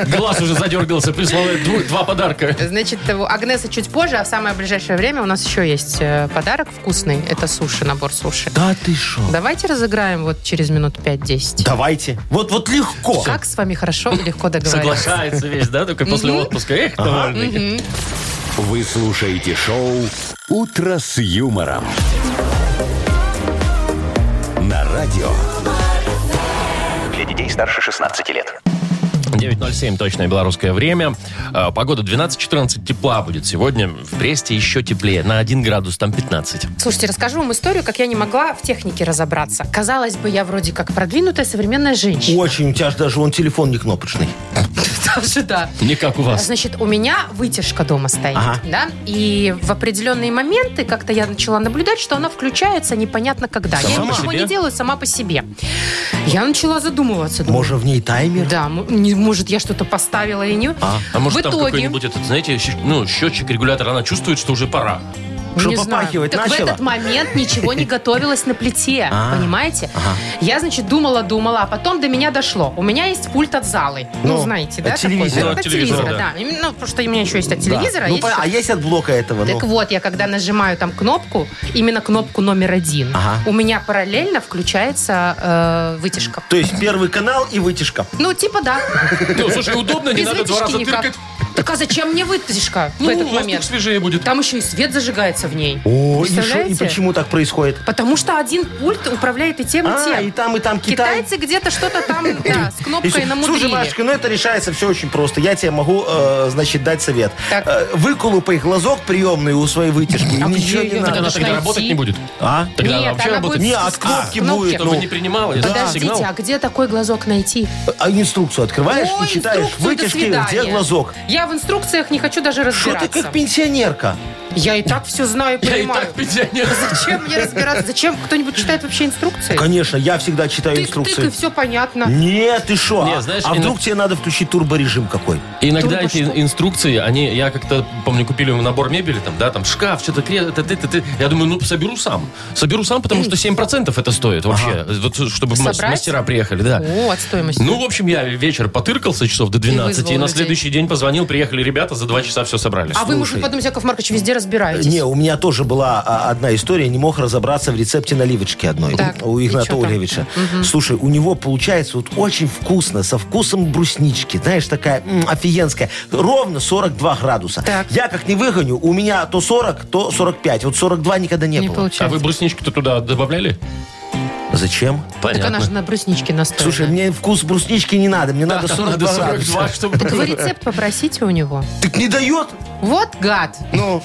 глаз уже задергался при слове «дву- два подарка.
Значит, у Агнеса чуть позже, а в самое ближайшее время у нас еще есть э, подарок вкусный. Это суши, набор суши.
Да ты шо?
Давайте разыграем вот через минут 5-10.
Давайте. Вот, вот легко.
Как с вами хорошо и легко договориться.
Соглашается весь, да, только после отпуска. Эх, довольный.
Вы слушаете шоу «Утро с юмором». На радио
Для детей старше 16 лет.
9.07 точное белорусское время. Э, Погода 12-14 тепла будет сегодня. В Бресте еще теплее. На 1 градус, там 15.
Слушайте, расскажу вам историю, как я не могла в технике разобраться. Казалось бы, я вроде как продвинутая современная женщина.
Очень, у тебя же даже вон телефон не кнопочный.
Даже да.
Не как у вас.
Значит, у меня вытяжка дома стоит,
Ага.
да, и в определенные моменты как-то я начала наблюдать, что она включается непонятно когда. я
Сама
ничего
по себе?
не делаю сама по себе. Я начала задумываться. думаю,
Может, в ней таймер?
Да, м- не- может, я что-то поставила и не...
А может
в
там
итоге,
какой-нибудь этот, знаете, щ- ну, счетчик, регулятор, она чувствует, что уже пора.
Что,
не знаю.
попахивать
Так
начала?
в этот момент ничего не готовилось на плите,
А,
понимаете? Я, значит, думала-думала, а потом до меня дошло. У меня есть пульт от залы. Ну,
Ну,
знаете,
от
да? такой?
телевизора.
Ну, от
От
телевизора,
телевизора, да. И, Ну, потому что у меня еще есть от
Да.
телевизора.
Ну,
есть
по-
еще-
а есть от блока этого? ну?
Так вот, я когда нажимаю там кнопку, именно кнопку номер один,
Ага.
у меня параллельно включается э, вытяжка.
То есть первый канал и вытяжка.
Ну, типа да.
Ну, слушай, удобно, не
Без
надо два
вытяжки
раза
никак.
тыркать.
Так а зачем мне вытяжка в
Ну,
этот
воздух
момент?
свежее будет.
Там еще и свет зажигается в ней.
О, и, шо- и
Представляете?
почему так происходит?
Потому что один пульт управляет и тем, и
А,
Ну, тем.
и там, и там Китай.
Китайцы где-то что-то там да, с
И всё.
кнопкой
Слушай,
намудрили.
Машечка, ну это решается все очень просто. Я тебе могу, э, значит, дать совет.
Так.
Э, выколупай глазок приемный у своей вытяжки. и
А
ничего
где
не
её?
надо.
Так она
Надо
тогда
найти.
работать не будет.
А?
Тогда она
Нет,
вообще
она
работает.
будет
Не, а
с-
от
с
кнопки
кнопки.
будет.
Чтобы
ну.
не принимала, если
Подождите,
сигнал.
а где такой глазок найти?
А инструкцию открываешь
О,
и читаешь
инструкцию, до
вытяжки,
свидания.
где глазок.
Я в инструкциях не хочу даже
Что ты
разбираться.
как пенсионерка?
Я и так все знаю и
Я и
понимаю.
так пенсионер.
Зачем мне разбираться? Зачем кто-нибудь читает вообще инструкции?
Конечно, я всегда читаю
Тык, тык, и
инструкции.
все понятно.
Нет, ты шо?
Не,
а,
знаешь,
а
иногда-
вдруг тебе надо включить турборежим какой?
Иногда
Турбо
эти
что?
инструкции, они, я как-то помню, купили набор мебели, там, да, там шкаф, что-то кресло, т- т- т- т. я думаю, ну, соберу сам. Соберу сам, потому что 7% это стоит вообще, Вот, чтобы м-
Собрать?
мастера приехали, да.
О, от стоимости.
Ну, в общем, я вечер потыркался часов до 12, и,
вызвал
на
людей.
следующий день позвонил, приехали ребята, за 2 часа все собрали.
а вы, может, А потом Яков Маркович везде разбираетесь.
Не, у меня тоже была а, одна история, не мог разобраться в рецепте наливочки одной
Так,
у
и чё
Игната
там?
Ольговича. Слушай, у него получается вот очень вкусно, со вкусом бруснички, знаешь, такая м, офигенская, ровно 42 градуса.
Так.
Я как не выгоню, у меня то 40, то 45, вот 42 никогда не,
Не
было.
А
получается.
вы брусничку-то туда добавляли?
Зачем?
Так она же на брусничке настроена.
Слушай, мне вкус бруснички не надо, мне надо 42
Надо 42,
градуса.
чтобы...
Так вы рецепт попросите у него.
Так не дает?
Вот гад.
Ну,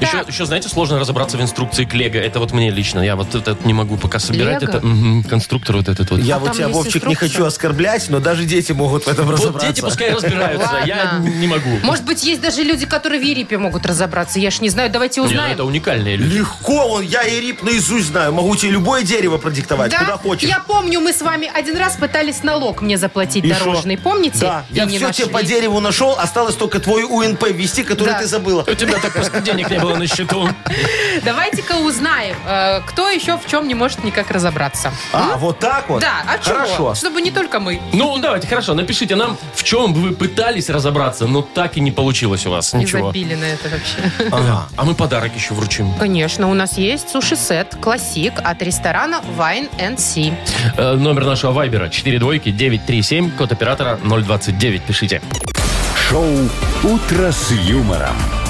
Еще, еще, знаете, сложно разобраться в инструкции к Лего. Это вот мне лично. Я вот это не могу пока собирать.
Лего?
Это мгм, конструктор вот этот вот.
я
А
вот
там
тебя,
есть
Вовчик, не
инструкция?
хочу оскорблять, но даже дети могут в этом
Вот
разобраться.
дети пускай разбираются. Я
Ладно.
не могу.
Ну.
Может быть, есть даже люди, которые в Ерипе могут разобраться. Я ж не знаю, давайте
Не, ну
узнаем.
это уникальные люди.
Легко, он, я и рип наизусть знаю. Могу тебе любое дерево продиктовать,
Да?
куда хочешь.
Я помню, мы с вами один раз пытались налог мне заплатить
И шо?
дорожный, помните?
Да,
И
я
не
все тебе
нашли.
по дереву нашел, осталось только твой УНП ввести, который
Да.
ты забыла.
У тебя так просто денег не было на счету.
Давайте-ка узнаем, э, кто еще в чем не может никак разобраться.
А, вот так вот?
Да, а чего?
Хорошо.
Чтобы не только мы.
Ну, давайте, хорошо, напишите нам, в чем вы пытались разобраться, но так и не получилось у вас
Не
ничего.
забили на это вообще.
Ага.
А мы подарок еще вручим.
Конечно, у нас есть суши-сет классик от ресторана Wine and Sea.
Э, номер нашего вайбера 4 двойки 937, код оператора 029. Пишите.
Шоу «Утро с юмором»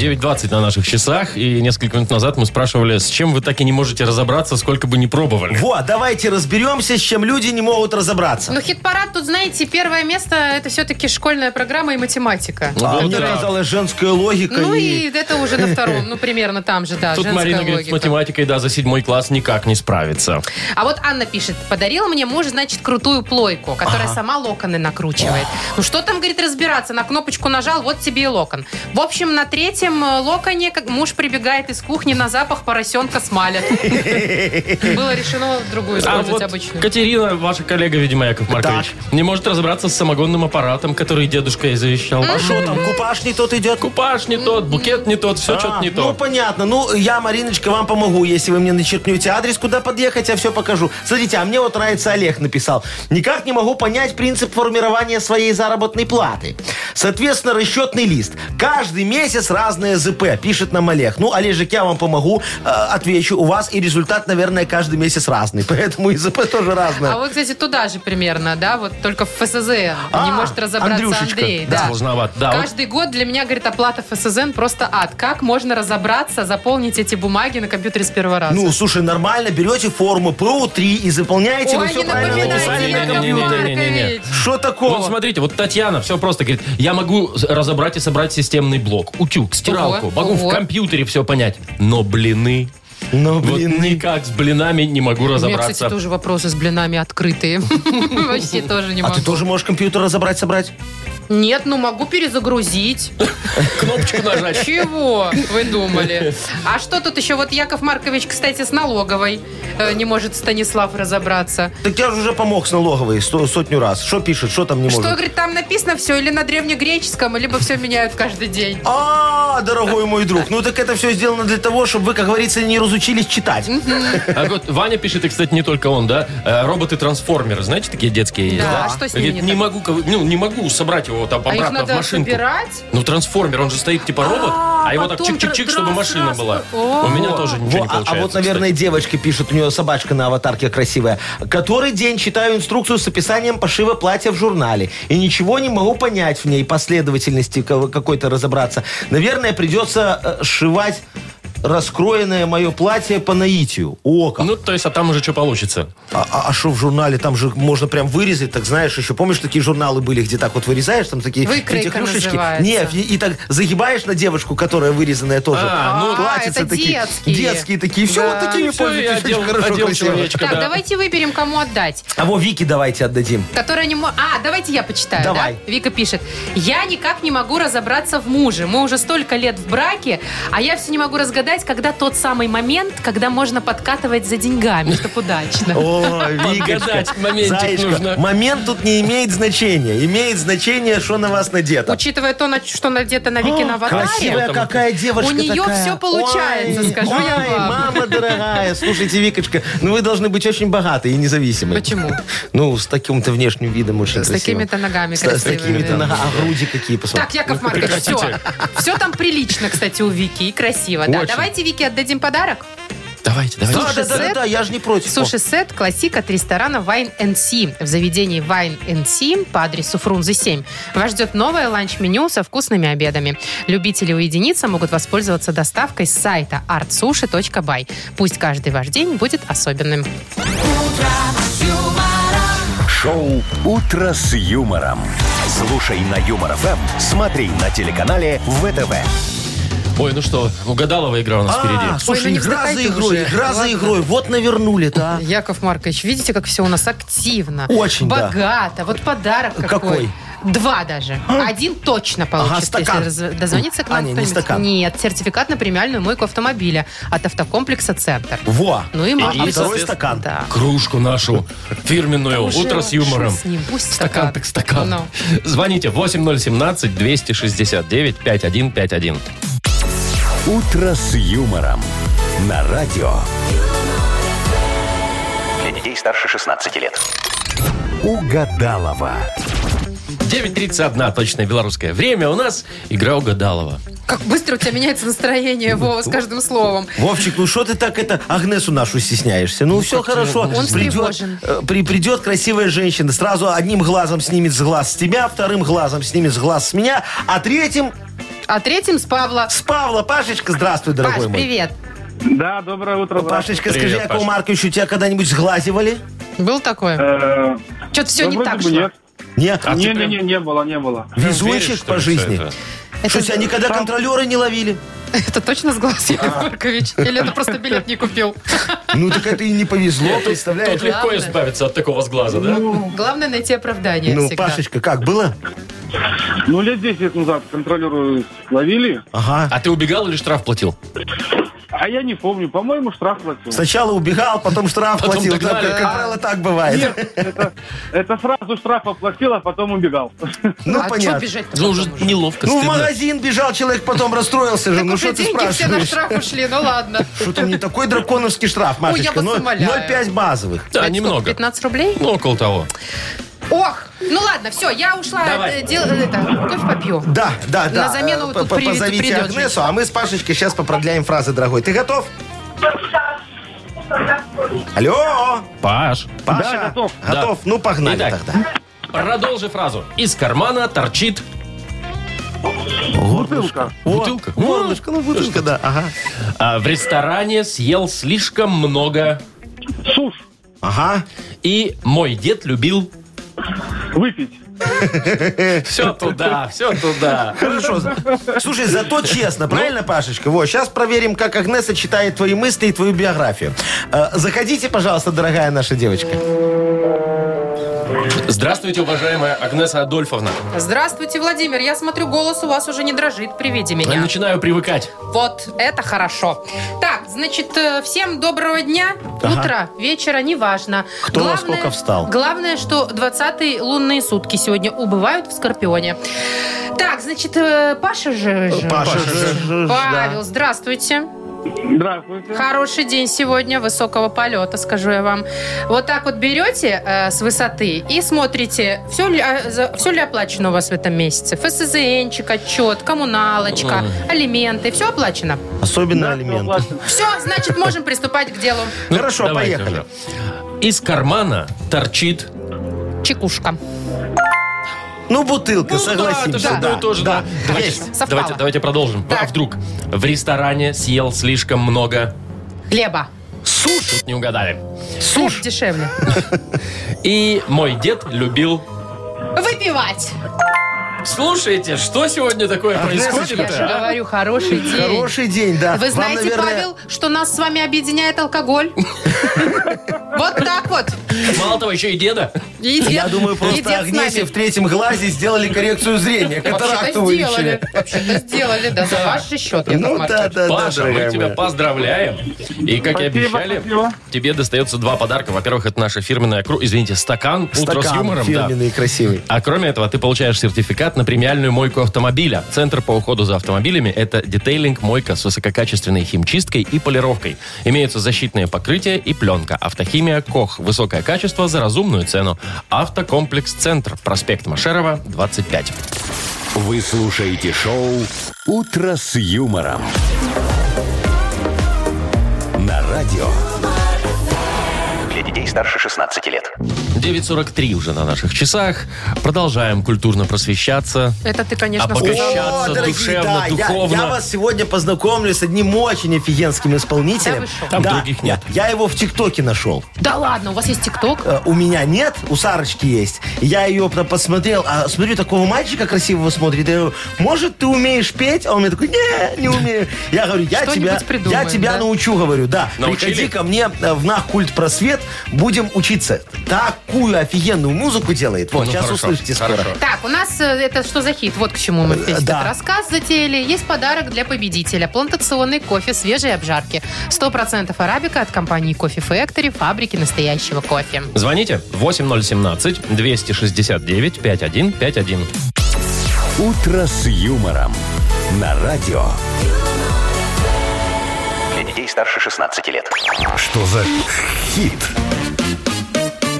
9.20 на наших часах, и несколько минут назад мы спрашивали, с чем вы так и не можете разобраться, сколько бы ни пробовали.
Вот, давайте разберемся, с чем люди не могут разобраться.
Ну, хит-парад тут, знаете, первое место это все-таки школьная программа и математика.
а
вот
мне
да.
казалось, женская логика
Ну
и...
и это уже на втором, ну примерно там же, да,
Тут
женская
Марина говорит,
логика.
с математикой, да, за седьмой класс никак не справится.
А вот Анна пишет, подарила мне муж, значит, крутую плойку, которая сама локоны накручивает. Ну что там, говорит, разбираться? На кнопочку нажал, вот тебе и локон. В общем, на третьем э, локоне как муж прибегает из кухни на запах поросенка смалят. Было решено другую
А
использовать
вот
обычную.
Катерина, ваша коллега, видимо, Яков Маркович, не может разобраться с самогонным аппаратом, который дедушка ей завещал.
А что там, купаж не тот идет?
Купаж не тот, букет не тот, все
А,
что-то не
Ну,
то.
понятно. Ну, я, Мариночка, вам помогу. Если вы мне начеркнете адрес, куда подъехать, я все покажу. Смотрите, а мне вот нравится Олег написал. Никак не могу понять принцип формирования своей заработной платы. Соответственно, расчетный лист. Каждый месяц разное ЗП, пишет нам Олег. Ну, Олежек, я вам помогу, э, отвечу. У вас и результат, наверное, каждый месяц разный. Поэтому и ЗП тоже разное.
А вот, кстати, туда же примерно, да, вот только в ФСЗН не
А,
может разобраться
Андрюшечка,
Андрей.
да.
Да.
Сложновато. Да, вот
Каждый год для меня, говорит, оплата ФСЗН просто ад. Как можно разобраться, заполнить эти бумаги на компьютере с первого раза?
Ну, слушай, нормально, берете форму ПО-3 и заполняете, вы
Ой,
все
не
правильно
напоминайте,
написали на
Яков
компьютере.
Не-не-не-не-не.
Маркович.
Что такого?
Вот смотрите, вот Татьяна все просто говорит, я могу с- разобрать и собрать системный блок, утюг, стиралку,
Ого,
могу
ого.
в компьютере все понять, но блины...
Ну,
Вот
блин,
никак с блинами не могу
У меня, кстати,
разобраться.
тоже вопросы с блинами открытые. Вообще тоже не
А ты
могу.
тоже можешь компьютер разобрать, собрать?
Нет, ну могу перезагрузить. А
Кнопочку нажать.
Чего вы думали? А что тут еще? Вот Яков Маркович, кстати, с налоговой э, не может Станислав разобраться.
Так я же уже помог с налоговой сто- сотню раз. Что пишет, что там не
Что,
может?
говорит, там написано все или на древнегреческом, либо все меняют каждый день.
А, дорогой мой друг, ну так это все сделано для того, чтобы вы, как говорится, не разучились читать.
А вот Ваня пишет, и, кстати, не только он, да, э, роботы-трансформеры, знаете, такие детские есть?
Да, а что с ними
Говорит,
не
не
так?
могу, кого- ну, не могу собрать его там
А их
обратно в
надо
машинку.
собирать?
Ну, трансформер, он же стоит типа робот, а его так
потом
чик-чик-чик,
тра-
чтобы
раз,
машина
раз,
была.
о.
У меня тоже ничего
Во,
не
а,
Ну, получается.
а вот, наверное, девочка пишет, у нее собачка на аватарке красивая. Который день читаю инструкцию с описанием пошива платья в журнале. И ничего не могу понять в ней, последовательности кого- какой-то разобраться. Наверное, придется э, сшивать раскроенное мое платье по наитию. О, как.
Ну, то есть, а там уже что получится.
А что в журнале? Там же можно прям вырезать, так знаешь, еще помнишь, такие журналы были, где так вот вырезаешь, там такие
Выкройка
крючки.
называется.
Не, и, и так загибаешь на девочку, которая вырезанная тоже.
А, ну,
А,
Платьица
это
такие.
детские.
такие. Все
Да,
вот такими
ну, всё, я
пользуйтесь.
одел-
Очень хорошо,
одел
красиво.
человечка.
Так,
Да.
давайте выберем, кому отдать.
А во Вики давайте отдадим.
Которая не мо- А, давайте я почитаю,
Давай.
да? Вика пишет. Я никак не могу разобраться в муже. Мы уже столько лет в браке, а я все не могу разгадать угадать, когда тот самый момент, когда можно подкатывать за деньгами, чтобы удачно.
О, Викочка,
Подгадать моментик
Заечка,
нужно.
момент тут не имеет значения. Имеет значение, что на вас надето.
Учитывая то, на- что надето на Вики на аватаре,
Красивая какая девушка
У нее
такая.
всё получается,
Ой,
скажу я
ой,
вам.
мама дорогая, слушайте, Викочка, ну вы должны быть очень богатой и независимой.
Почему?
Ну, с таким-то внешним видом очень
С
красивым.
такими-то ногами
С- С
красивыми,
такими-то
да.
ногами. А груди какие, посмотрите.
Так, Яков Маркович, все.
прекратите.
Все там прилично, кстати, у Вики. И красиво. Да,
Очень.
давайте Вики отдадим подарок.
Давайте,
Да, да,
давайте.
да, да,
сет?
да, я же не
Типа.
против.
Суши-сет «Классик» от ресторана Wine Си. В заведении Wine Си по адресу Фрунзе 7 вас ждет новое ланч-меню со вкусными обедами. Любители уединиться могут воспользоваться доставкой с сайта artsushi.by. Пусть каждый ваш день будет особенным.
Шоу «Утро с юмором». Слушай на Юмор ФМ, смотри на телеканале ВТВ.
Ой, ну что, угадалова игра у нас
А,
впереди.
слушай,
Ой, ну не
игра за
вздыхайте
игрой,
уже.
игра за
Ладно.
игрой. Вот навернули-то, а.
Яков Маркович, видите, как все у нас активно.
Очень, да.
Богато. Вот подарок какой.
Какой?
Два даже. Один точно получится,
стакан.
если раз- дозвонится к нам
А, не, не
кто-нибудь.
стакан.
Нет, сертификат на премиальную мойку автомобиля от автокомплекса «Центр».
Во.
Ну и мама.
И второй
соответственно,
стакан.
Да.
Кружку нашу фирменную.
Уже
Утро с
шо
юмором.
с ним, пусть
Стакан
стакан.
так стакан.
Ну.
Звоните 8017-269-5151.
«Утро с юмором» на радио.
Для детей старше 16 лет.
Угадалова.
9.31, точное белорусское время. У нас игра угадалова.
Как быстро у тебя меняется настроение,
Ну,
Вова, с каждым словом.
Вовчик, ну что ты так это Агнесу нашу стесняешься? Ну, все хорошо.
Он
придет,
встревожен.
э, при, придет красивая женщина, сразу одним глазом снимет с глаз с тебя, вторым глазом снимет с глаз с меня, а третьим
А третьим с Павла.
с Павла. Пашечка, здравствуй,
Паш,
дорогой мой.
привет.
Да, доброе утро. брат.
Пашечка,
Привет,
скажи, Якову
Паша.
Марковичу, тебя когда-нибудь сглазивали?
Был такое?
Э,
Что-то все
да
не
вроде
так
бы
шло.
нет.
Нет?
А ты
Не, не,
прям-
не, не было, не было.
Веришь,
Везунчик
что ли,
по
всё
жизни?
это?
Что, тебя никогда контролеры не ловили?
Это точно с
А.
глаз, Яков Маркович? Или это просто билет не купил?
Ну, так это и не повезло, представляешь?
Тут легко
Главное- Ну.
избавиться от такого сглаза, да?
Главное найти оправдание
Ну,
всегда.
Пашечка, как, было?
Ну, лет 10 назад контролеры ловили,
Ага.
А ты убегал или штраф платил?
а я не помню. По-моему, штраф платил.
Сначала убегал, потом штраф
Потом
платил. Да,
догнали.
Как как правило, так бывает.
Это, это сразу штраф оплатил, а потом убегал.
Ну,
а что
понятно.
бежать-то
Ну,
потом
уже
уже?
неловко.
Ну, в
стыдно.
магазин бежал человек, потом расстроился же.
Так
Ну,
уже
что ты
деньги все на
спрашиваешь? А
штраф ушли, ну ладно.
Что-то не такой драконовский штраф, Машечка. Ну,
вас
Ноль-
умоляю.
0,5 базовых.
Это
Да,
сколько,
немного.
15 рублей?
Ну, около того.
Ох, ну ладно, все, я ушла.
Давай.
э, дел- это, кофе попью.
Да, да,
На
да.
замену
Э,
тут
по-
при-
Позовите
придет
Агнесу, а мы с Пашечкой сейчас попродляем фразы, дорогой. Ты готов? Алло,
Паш.
Паша,
Да, готов.
Готов? Ну, погнали
Итак.
тогда.
Продолжи фразу. Из кармана торчит
Бутылка.
бутылка.
О, горлышко, ну, бутылка, да, ага.
А в ресторане съел слишком много.
Суш.
Ага.
И мой дед любил
Выпить.
все туда, все туда.
Хорошо. Слушай, зато честно,
Ну?
правильно, Пашечка? Вот, сейчас проверим, как Агнеса читает твои мысли и твою биографию. Э, Заходите, пожалуйста, дорогая наша девочка.
Здравствуйте, уважаемая Агнеса Адольфовна.
Здравствуйте, Владимир. Я смотрю, голос у вас уже не дрожит при виде
Я
меня.
начинаю привыкать.
Вот это хорошо. Так, значит, э, всем доброго дня,
Ага.
утра, вечера, неважно.
Кто во сколько встал?
Главное, что 20-е лунные сутки сегодня убывают в Скорпионе. Так, значит, э, Паша же... же-
Паша же- же- да.
Павел, здравствуйте.
Здравствуйте.
Хороший день сегодня, высокого полета, скажу я вам. Вот так вот берете э, с высоты и смотрите, все ли, а, за- всё ли оплачено у вас в этом месяце. ФСЗНчик, отчет, коммуналочка, алименты, все оплачено.
Особенно
Да, всё
алименты.
оплачено.
Все, значит, можем приступать к делу.
Ну,
Хорошо,
давайте
поехали.
уже. Из кармана торчит
Чекушка.
Ну, бутылка,
Ну
согласимся.
да, это одно и то же, да. Давайте,
Есть.
Совпало.
давайте, давайте продолжим. А
Так.
вдруг в ресторане съел слишком много.
Хлеба.
Тут не угадали.
Хлеб дешевле.
И мой дед любил...
Выпивать.
Слушайте, что сегодня такое
Я же
происходит?
говорю, хороший день.
Хороший день, да.
Вы
Вам,
знаете,
наверное,
Павел, что нас с вами объединяет алкоголь? Вот так вот.
Мало того, еще и деда.
И дед-
Я думаю,
и
просто
дед с нами.
Агнесе в третьем глазе сделали коррекцию зрения.
Вообще-то
Катаракту
сделали.
вылечили.
Вообще-то сделали, да, за ваш же счет, Яков
Ну да,
Маркович.
да, да,
Паша, мы
дорогая
тебя
моя.
поздравляем. И, как и
Спасибо,
обещали,
спасибо.
тебе достается два подарка. Во-первых, это наша фирменная кру... Извините, стакан, утро с
Стакан
юмором. да.
фирменный, красивый.
А кроме этого, ты получаешь сертификат на премиальную мойку автомобиля. Центр по уходу за автомобилями – это детейлинг, мойка с высококачественной химчисткой и полировкой. Имеются защитные покрытия и пленка. Автохимия КОХ. Высокое качество за разумную цену. Автокомплекс «Центр». Проспект Машерова, 25.
Вы слушаете шоу «Утро с юмором». На радио.
Для детей старше 16 лет.
9.43 уже на наших часах. Продолжаем культурно просвещаться.
Это ты,
А
конечно,
Обогащать.
сказал.
общаться
дорогие,
душевно,
да, я-
духовно.
Я, вас сегодня познакомлю с одним очень офигенским
Да
исполнителем.
вы шо?
Там других нет.
Я его в ТикТоке нашел.
Да ладно, у вас есть ТикТок?
Э, У меня нет, у Сарочки есть. Я ее про- посмотрел, а смотрю, такого мальчика красивого смотрит. Я говорю, может, ты умеешь петь? А он мне такой, не, не умею. Я говорю, я
Что-нибудь
тебя, я
придумаем,
тебя
да?»
научу, говорю, да.
Научили?
Приходи ко мне э, в нах культ просвет, будем учиться. Такую офигенную музыку делает. Вот,
Ну,
сейчас
хорошо,
услышите скоро.
хорошо.
Так, у нас э, это что за хит? Вот к чему мы весь
Э, да.
этот рассказ затеяли. Есть подарок для победителя. Плантационный кофе свежей обжарки. 100% арабика от компании Кофе Factory, фабрики настоящего кофе.
Звоните 8017-269-5151.
«Утро с юмором». На радио.
Для детей старше 16 лет.
Что за хит?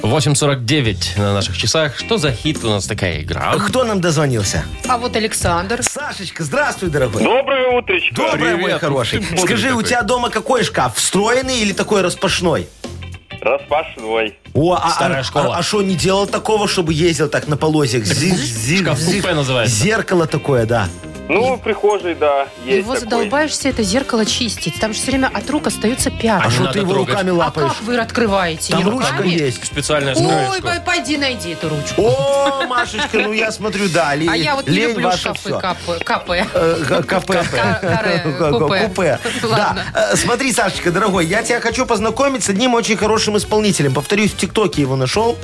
8.49 на наших часах. Что за хит у нас такая игра?
А Кто нам дозвонился?
А вот Александр.
Сашечка, здравствуй, дорогой.
Доброе утречко.
Доброе,
Привет,
мой хороший.
ты бодрый
Скажи, у
такой.
тебя дома какой шкаф? Встроенный или такой распашной?
Распашной.
О, а-
Старая
а-
школа.
А что, не делал такого, чтобы ездил так на полозьях? Зиг, зиг,
шкаф-купе
зиг.
называется.
Зеркало такое, да.
Ну, в прихожей, да, есть
Его
такой.
задолбаешься это зеркало чистить. Там же все время от рук остаются
А
не
пятна.
что
надо
ты его
трогать.
руками
А,
лапаешь?
как вы открываете? Не
Там ручка
руками?
есть.
Ой,
Специальная страничка.
пой- пойди найди эту ручку.
О, Машечка, ну я смотрю, да. ле-
а я вот не
лень
люблю
ваша
шкафы
всё.
капы- капе.
Э, ка- Капе.
Ка- каре, купе.
Купе.
Ладно.
Да. Э, Смотри, Сашечка, дорогой, я тебя хочу познакомить с одним очень хорошим исполнителем. Повторюсь, в ТикТоке его нашел.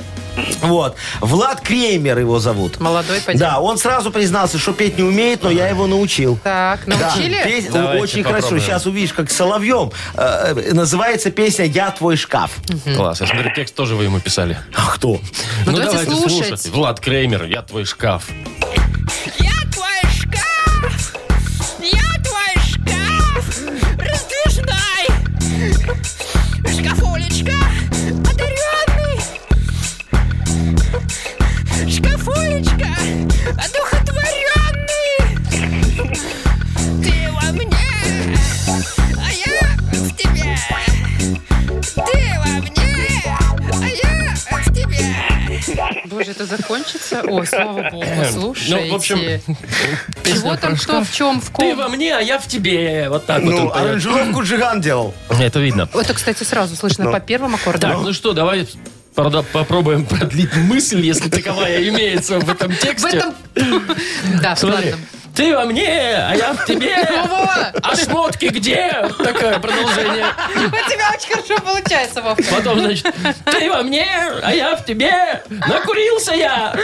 Вот. Влад Кремер его зовут.
Молодой пойди.
Да, он сразу признался, что петь не умеет, но я его научил.
Так, научили?
Да, песня-
Давайте
очень
попробуем.
хорошо. Сейчас увидишь, как Соловьем э, называется песня «Я твой шкаф».
Класс. Я смотрю, текст тоже вы ему писали.
А кто?
Ну, давайте слушать.
Влад Креймер, я твой шкаф.
Я твой шкаф, я твой шкаф, раздвижной. В шкафу уличка, одаренный. Шкафулечка, одухотворенный. Ты во мне, а я в тебе. Ты во мне, а я в тебе.
Боже, это закончится? О, слава богу, слушайте.
Ну, в общем,
чего там кто в чем в
Ты
ком?
во мне, а я в тебе. Вот так вот. он
Ну,
поет.
аранжировку Джиган делал.
Это видно.
Это, кстати, сразу слышно по первому аккорду.
Так, ну что, давай прода- попробуем продлить мысль, если таковая имеется в этом
В
Ну,
тексте.
этом... Да,
Смотри.
ладно.
Ты во мне, а я в тебе.
Во-во!
А шмотки где? Вот Такое продолжение.
У тебя очень хорошо получается, Вовка.
Потом, значит, ты во мне, а я в тебе. Накурился я.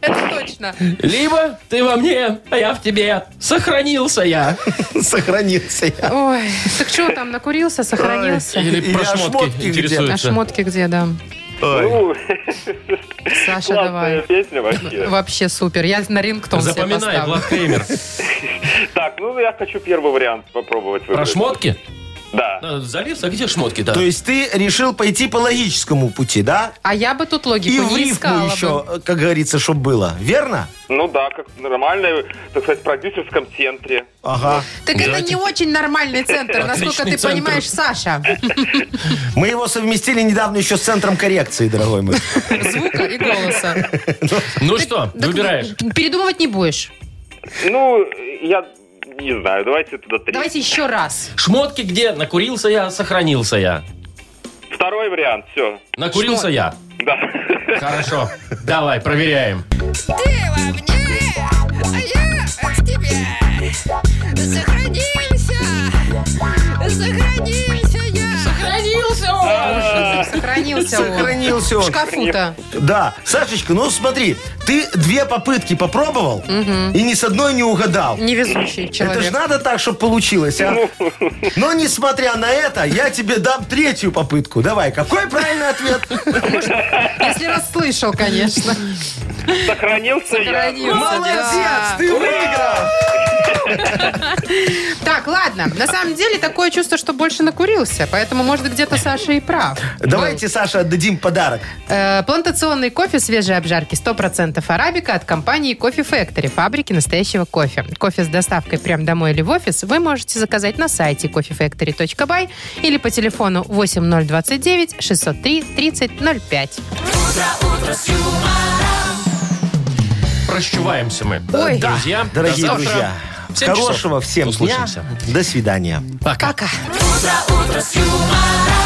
Это точно.
Либо ты во мне, а я в тебе. Сохранился я.
Сохранился я.
Ой, так что там, накурился, сохранился?
Или,
Или
про
о
шмотки
шмотке
А
где?
интересуется.
шмотки где, да?
Ну,
Саша,
классная
давай.
песня вообще.
Вообще супер. Я на рингтон себе
Запоминай,
поставлю.
Влад Креймер.
Так, ну я хочу первый вариант попробовать
Про
выбрать.
шмотки?
Да.
Э, Залез, а где шмотки, да?
То есть ты решил пойти по логическому пути, да?
А я бы тут
И
логику
в
не искала
рифму
бы.
еще, э, как говорится, чтоб было. Верно?
Ну да, как в нормальной, так сказать, продюсерском центре.
Ага.
Так это не очень нормальный центр, насколько
Отличный
ты
центр.
понимаешь, Саша.
Мы его совместили недавно еще с центром коррекции, дорогой мой.
Звука и голоса.
Ну что,
Так
выбираешь.
Передумывать не будешь.
Ну, я не знаю, давайте туда три.
Давайте еще раз.
Шмотки где? Накурился я, сохранился я.
Второй вариант, все.
Накурился я.
Да.
Хорошо. Давай, проверяем.
Ты во мне, а я в тебе. Сохранился, сохранился я. Сохранился.
Сохранился
А.
он! Сохранился он.
Сохранился
В
он.
шкафу-то.
Да, Сашечка, ну смотри, ты две попытки попробовал и ни с одной не угадал.
Невезучий
Это ж
человек.
надо так, чтобы получилось, а? Но несмотря на это, я тебе дам третью попытку. Давай, какой правильный ответ?
Если расслышал, конечно.
Сохранился я.
Сохранился,
Молодец,
да.
ты выиграл!
Так, ладно. На самом деле, такое чувство, что больше накурился. Поэтому, может, где-то Саша и прав.
Давайте, Саша, отдадим подарок.
Э, Плантационный кофе свежей обжарки 100% арабика от компании Coffee Factory, фабрики настоящего кофе. Кофе с доставкой прямо домой или в офис вы можете заказать на сайте coffeefactory.by или по телефону 8029 603 3005.
Прощуваемся мы.
Ой.
Да, друзья.
Дорогие
до завтра.
друзья,
В семь часов.
хорошего всем дня.
Услышимся.
До свидания.
Пока.
Пока.
Утро, утро с юмором.